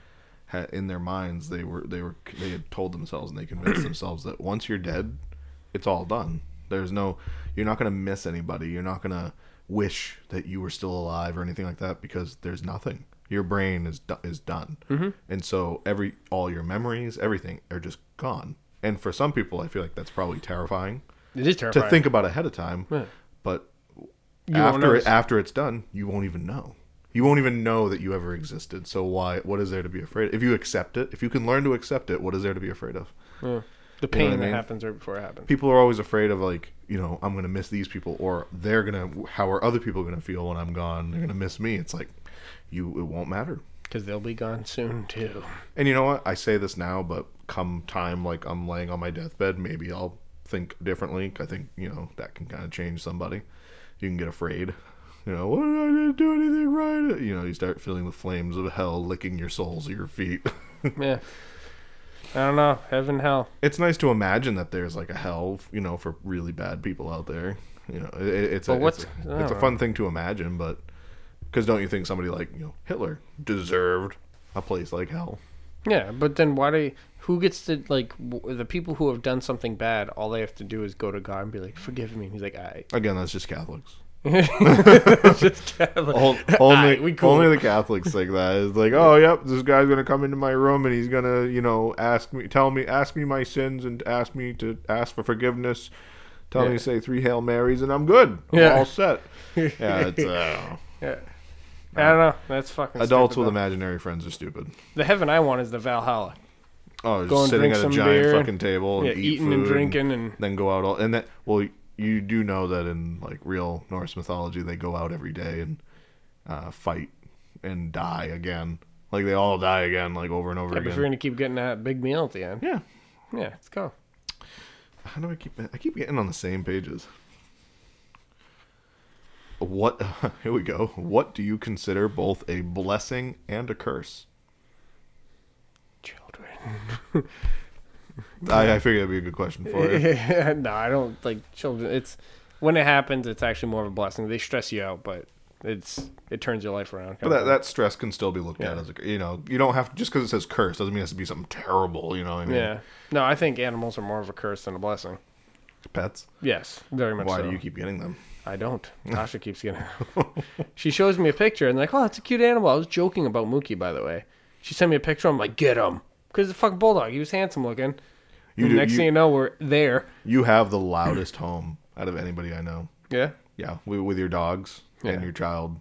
had in their minds they were they were they had told themselves and they convinced themselves that once you're dead, it's all done. There's no you're not gonna miss anybody. You're not gonna wish that you were still alive or anything like that because there's nothing. Your brain is do- is done, mm-hmm. and so every all your memories, everything are just gone. And for some people, I feel like that's probably terrifying
it is
to
terrifying.
think about ahead of time. But
won't
after
notice.
it, after it's done, you won't even know. You won't even know that you ever existed. So why? What is there to be afraid? Of? If you accept it, if you can learn to accept it, what is there to be afraid of?
the pain
I mean?
that happens right before it happens.
People are always afraid of like you know I'm gonna miss these people or they're gonna how are other people gonna feel when I'm gone? They're gonna miss me. It's like you it won't matter.
because they'll be gone soon too.
And you know what? I say this now, but come time like I'm laying on my deathbed, maybe I'll think differently. I think, you know, that can kind of change somebody. You can get afraid. You know, what did I didn't do anything right? You know, you start feeling the flames of hell licking your soles of your feet.
Yeah. I don't know. Heaven, hell.
it's nice to imagine that there's like a hell, you know, for really bad people out there. You know, it, it- it's, a,
But what's-
it's
I
a
don't
it's a
know.
fun thing to imagine, but because don't you think somebody like you know Hitler deserved a place like hell?
Yeah, but then why do you, who gets to like w- the people who have done something bad? All they have to do is go to God and be like, "Forgive me." And he's like, "I."
Again, that's just Catholics.
just Catholic.
Ol-
Aye,
only,
we cool.
only the Catholics think that. It's like, oh, yep, this guy's gonna come into my room and he's gonna, you know, ask me, tell me, ask me my sins and ask me to ask for forgiveness. Tell me
Yeah.
to say three Hail Marys and I'm good. I'm
Yeah.
all set. Yeah, it's, uh,
Yeah. I don't know. That's fucking
adults
stupid,
with
though.
imaginary friends are stupid.
The heaven I want is the Valhalla.
Oh, just
Go and
sitting
drink
at a
some
giant
beer.
fucking table and
Yeah,
eat
eating and
food
drinking and-
then go out all and that. Well, you do know that in like real Norse mythology, they go out every day and uh, fight and die again. Like they all die again, like over and over
Yeah, but if you're
again.
gonna keep getting that big meal at the end,
Yeah.
yeah, let's go.
How do I keep? I keep getting on the same pages. What? Here we go. What do you consider both a blessing and a curse?
Children.
I, I figure that'd be a good question for you.
no, I don't like children. It's when it happens, it's actually more of a blessing. They stress you out, but it's it turns your life around.
But that, that stress can still be looked at
Yeah.
as a you know you don't have to, just because it says curse doesn't mean it has to be something terrible. You know what I mean?
yeah. No, I think animals are more of a curse than a blessing.
Pets.
Yes, very much.
Why
so.
do you keep getting them?
I don't. Tasha keeps getting. she shows me a picture and like, oh, it's a cute animal. I was joking about Mookie, by the way. She sent me a picture. I'm like, get him, because the fucking bulldog. He was handsome looking.
You
And
do-
next
you-
thing you know, we're there.
You have the loudest home out of anybody I know.
Yeah.
Yeah, with, with your dogs
Yeah.
and your child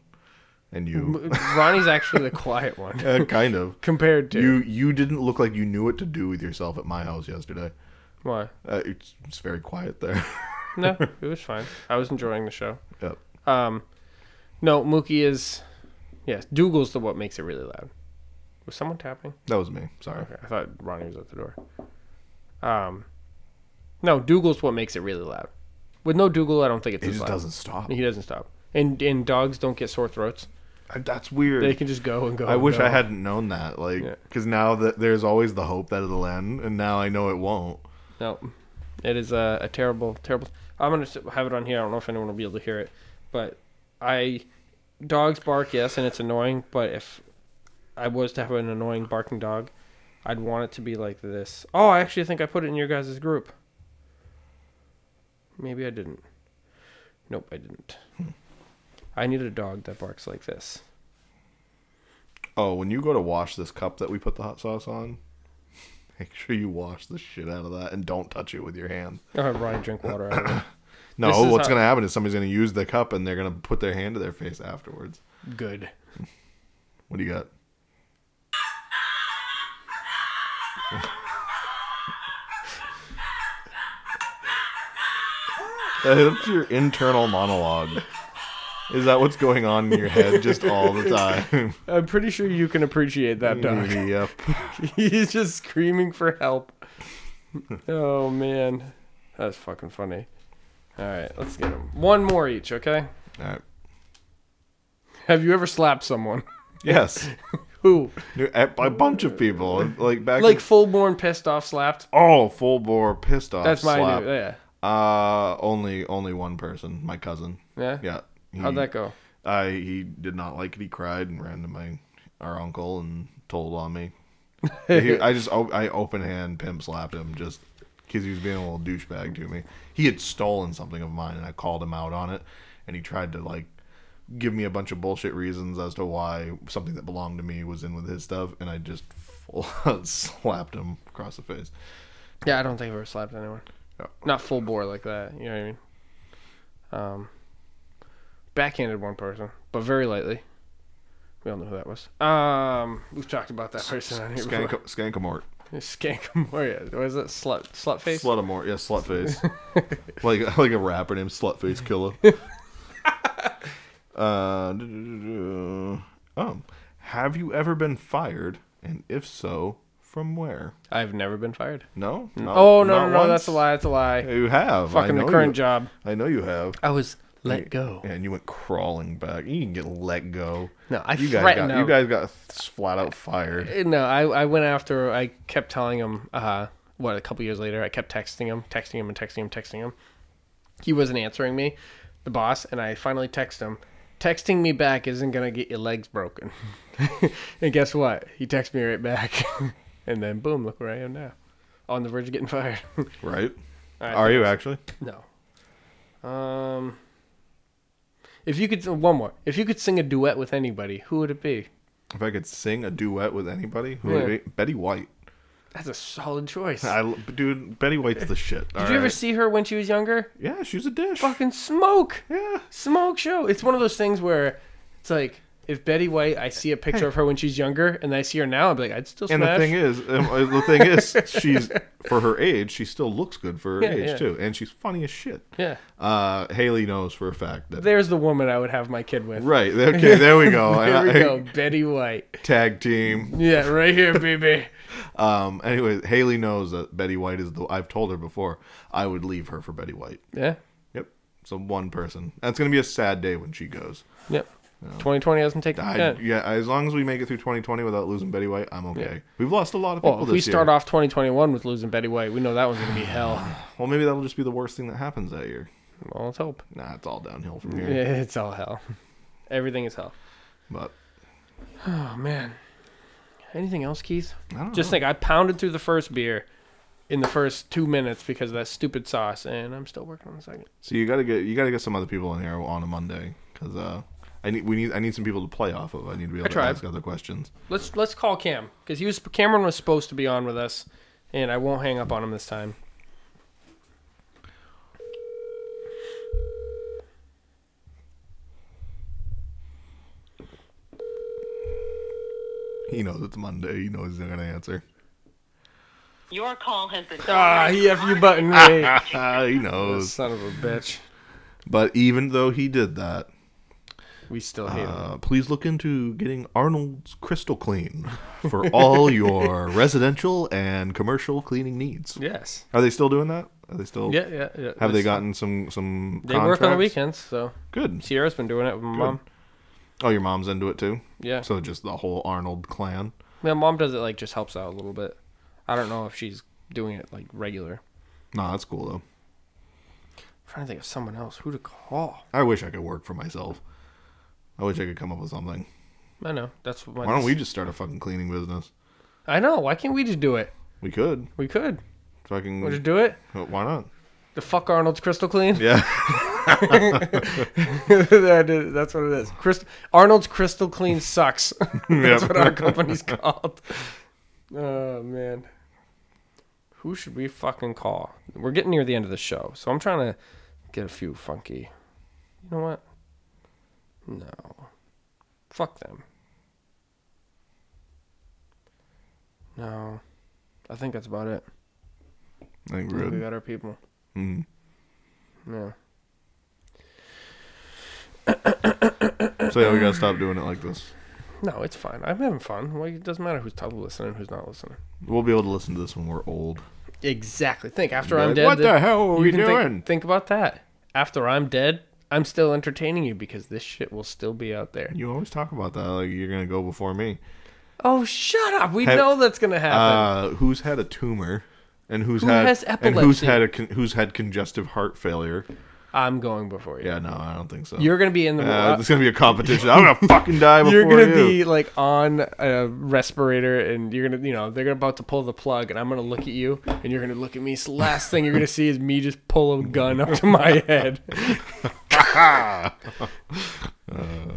and you.
Ronnie's actually the quiet one
Uh, kind of.
compared to
You you didn't look like you knew what to do with yourself at my house yesterday.
why?
Uh, it's, it's very quiet there.
No, it was fine. I was enjoying the show.
yep.
Um, no, Mookie is. Yes, Dougal's the what makes it really loud. Was someone tapping?
That was me. Sorry.
Okay, I thought Ronnie was at the door. Um, no, Dougal's what makes it really loud. With no Dougal, I don't think it's.
It
as
just
loud.
doesn't stop.
He doesn't stop. And and dogs don't get sore throats.
I- That's weird.
They can just go and go.
I
and
wish
go.
I hadn't known that. Like,
Yeah.
because now that there's always the hope that it'll end, and now I know it won't.
No, it is a, a terrible, terrible. I'm gonna s- have it on here. I don't know if anyone will be able to hear it, but I dogs bark, yes, and it's annoying. But if I was to have an annoying barking dog, I'd want it to be like this. Oh, I actually think I put it in your guys' group. Maybe I didn't. Nope, I didn't. I needed a dog that barks like this.
Oh, when you go to wash this cup that we put the hot sauce on, make sure you wash the shit out of that and don't touch it with your hand.
I'll have Ryan drink water out of it.
No,
This is
what's
how-
going to happen is somebody's going to use the cup and they're going to put their hand to their face afterwards.
Good.
What do you got? That's your internal monologue. Is that what's going on in your head just all the time?
I'm pretty sure you can appreciate that dog.
yep.
He's just screaming for help. Oh man, that's fucking funny. All right, let's get him. One more each, okay?
All right.
Have you ever slapped someone?
Yes.
Who?
A a bunch of people. Like back
Like
in-
full born pissed off slapped?
oh, full bore pissed off.
That's my
slap.
new. Yeah.
Uh only only one person, my cousin.
Yeah.
Yeah.
How'd
he-
that go?
I he did not like it. He cried and ran to my our uncle and told on me. he, I just op- I open hand pimp slapped him just because he was being a little douchebag to me. He had stolen something of mine and I called him out on it, and he tried to like give me a bunch of bullshit reasons as to why something that belonged to me was in with his stuff, and I just full out slapped him across the face.
Yeah, I don't think I've ever slapped anyone.
Yeah.
Not full bore like that. You know what I mean? Um, backhanded one person, but very lightly. We all know who that was. Um, we've talked about that person on here before. Oh,
Skank- Skankamort.
Skankamoria. Was it slut slut face?
Slutamort, yeah, slutface. like like a rapper named Slutface Killer. uh, duh, duh, duh, duh. um, have you ever been fired, and if so, from where?
I've never been fired.
No. Not-
Oh no no
not
no,
once?
that's a lie. That's a lie.
You have I
Fucking the
know
current
you-
job.
I know you have.
I was let go.
And you went crawling back. You didn't get let go.
No, I
you guys
threatened
got,
them.
you guys got flat out fired.
Eh, No, I, I went after. I kept telling him. Uh, what a couple years later, I kept texting him, texting him, and texting him, texting him. He wasn't answering me, the boss, and I finally text him. Texting me back isn't gonna get your legs broken. and guess what? He texted me right back, and then boom, look where I am now, on the verge of getting fired.
Right?
right,
Are you actually?
No. Um. If you could one more, if you could sing a duet with anybody, who would it be?
If I could sing a duet with anybody, who would
Yeah.
it be? Betty White.
That's a solid choice.
I, dude, Betty White's the shit.
Did you ever see her when she was younger?
Yeah, she's a dish.
Fucking smoke,
Yeah.
smoke show. It's one of those things where it's like if Betty White, I see a picture of her when she's younger, and I see her now, I'm like, I'd still
And
smash.
the thing is, um, uh, the thing is, she's for her age, she still looks good for her
Yeah,
age
yeah.
too, and she's funny as shit.
yeah,
Uh, Haley knows for a fact that.
there's the woman I would have my kid with.
right. Okay. There we go.
There we
And I-
go, Betty White.
Tag team.
Yeah, right here, baby.
Um. Anyway, Haley knows that Betty White is the. I've told her before. I would leave her for Betty White.
Yeah.
Yep. So one person. That's gonna be a sad day when she goes.
Yep. 2020 hasn't taken
I,
that.
yeah. As long as we make it through 2020 without losing Betty White, I'm okay. We've lost a lot of people
Well, if
this
we start
year.
off 2021 with losing Betty White, we know that one's going to be hell.
well, maybe that'll just be the worst thing that happens that year.
Well, let's hope.
Nah, it's all downhill from here.
It's all hell. Everything is hell.
But
Oh, man. Anything else, Keith?
I don't
Just think, I pounded through the first beer. in the first two minutes because of that stupid sauce, and I'm still working on the second.
So you gotta get you gotta get some other people in here on a Monday because uh, I need we need I need some people to play off of. I need to be able to
tried.
ask other questions.
Let's let's call Cam because he was Cameron was supposed to be on with us, and I won't hang up on him this time.
He knows it's Monday. He knows he's not gonna answer.
Your call has been.
Ah, he f you button me,
Uh, he knows.
son of a bitch.
But even though he did that,
We still hate him.
uh, please look into getting Arnold's Crystal Clean for all your residential and commercial cleaning needs.
Yes.
Are they still doing that? Are they still?
Yeah, yeah, yeah.
Have they
It's-
gotten some some?
They work on the
contracts?
weekends, so
Good.
Sierra's been doing it with my mom.
Oh, your mom's into it too.
Yeah.
So just the whole Arnold clan.
My mom does it like just helps out a little bit. I don't know if she's doing it like regular.
Nah, that's cool though.
I'm trying to think of someone else who to call.
I wish I could work for myself. I wish I could come up with something.
I know that's what my.
Why don't we just start a fucking cleaning business?
I know. Why can't we just do it?
We could
We could.
fucking. uh,
We just do it.
Why not?
The fuck Arnold's crystal clean.
Yeah.
That is- that's what it is. Crystal, Arnold's crystal clean sucks. that's
Yep.
what our company's called. Oh man, who should we fucking call? We're getting near the end of the show, so I'm trying to get a few funky. You know what? No, fuck them. No, I think that's about it.
I think
I
we're
think we
good.
got our people.
Mm.
Yeah.
So yeah, we gotta stop doing it like this.
No, it's fine. I'm having fun. Like, it doesn't matter who's t- listening and who's not listening.
We'll be able to listen to this when we're old.
Exactly. Think after
Be
I'm
like,
dead.
what
then
the hell were
you
we
can think-
doing?
Think, about that. After I'm dead, I'm still entertaining you because this shit will still be out there.
You always talk about that. Like you're gonna go before me.
Oh, shut up. We
Have-
know that's gonna happen.
Uh, who's had a tumor, and who's
Who
had
has
and who's
epilepsy?
had a con- who's had congestive heart failure?
I'm going before you.
Yeah, no, I don't think so.
You're gonna be in the.
uh, it's gonna be a competition. I'm gonna fucking die before
you're gonna
you.
be like on a respirator, and you're gonna, you know, they're about to pull the plug, and I'm gonna look at you, and you're gonna look at me. So last thing you're gonna see is me just pull a gun up to my head.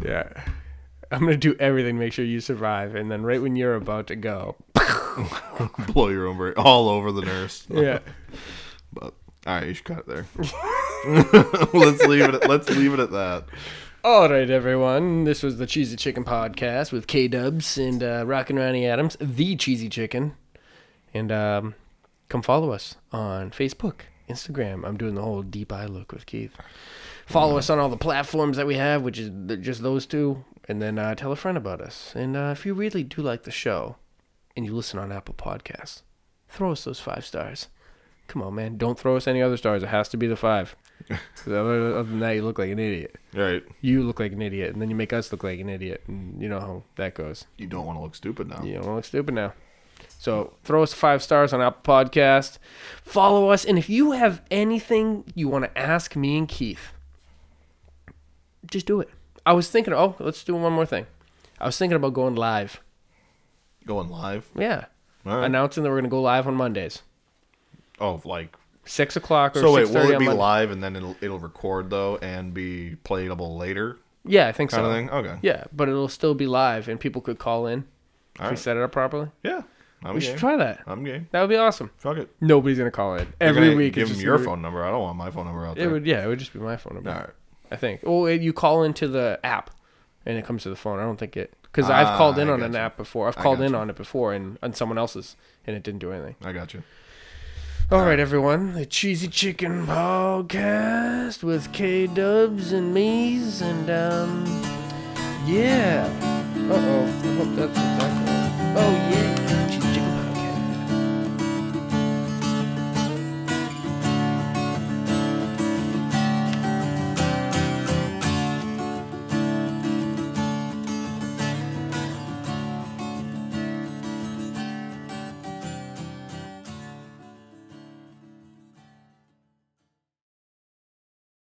yeah, I'm gonna do everything to make sure you survive, and then right when you're about to go,
blow your own brain all over the nurse.
yeah,
But all right, you should cut it there. let's leave it. At, let's leave it at that.
All right, everyone. This was the Cheesy Chicken Podcast with K Dubs and uh, Rockin' Ronnie Adams, the Cheesy Chicken. And um, come follow us on Facebook, Instagram. I'm doing the whole deep eye look with Keith. Follow us on all the platforms that we have, which is th- just those two. And then uh, tell a friend about us. And uh, if you really do like the show and you listen on Apple Podcasts, throw us those five stars. Come on, man. Don't throw us any other stars. It has to be the five. 'Cause Other other than that, you look like an idiot
All right,
you look like an idiot, and then you make us look like an idiot, and you know how that goes.
you don't want to look stupid now.
You don't look stupid now. So throw us five stars on Apple Podcast, follow us, and if you have anything you want to ask me and Keith, just do it. I was thinking, oh, let's do one more thing. I was thinking about going live.
Going live.
Yeah,
All right.
announcing that we're gonna go live on Mondays,
Oh, like
six o'clock or
so. Wait,
six
will
thirty
it
on
be
Monday.
live and then it'll it'll record though and be playable later?
Yeah, I think
Kind
so.
of thing? Okay.
Yeah, but it'll still be live, and people could call in if we
right.
set it up properly.
Yeah. I'm
We
game.
should try that.
I'm game.
That would be awesome.
Fuck it.
Nobody's gonna call in
You're
every
gonna
week.
Give
it's
them
just
your
gonna
phone number. I don't want my phone number out
be-
there.
It would, yeah, it would just be my phone number.
All right.
I think. Well, it- you call into the app, and it comes to the phone. I don't think it because I've called
Ah,
in
I
on an
gotcha.
app before. I've called in
gotcha.
on it before, and on someone else's, and it didn't do anything.
I got you.
All right, everyone, the Cheesy Chicken Podcast with K Dubs and me's, and um, yeah. Uh oh, I hope that's exactly.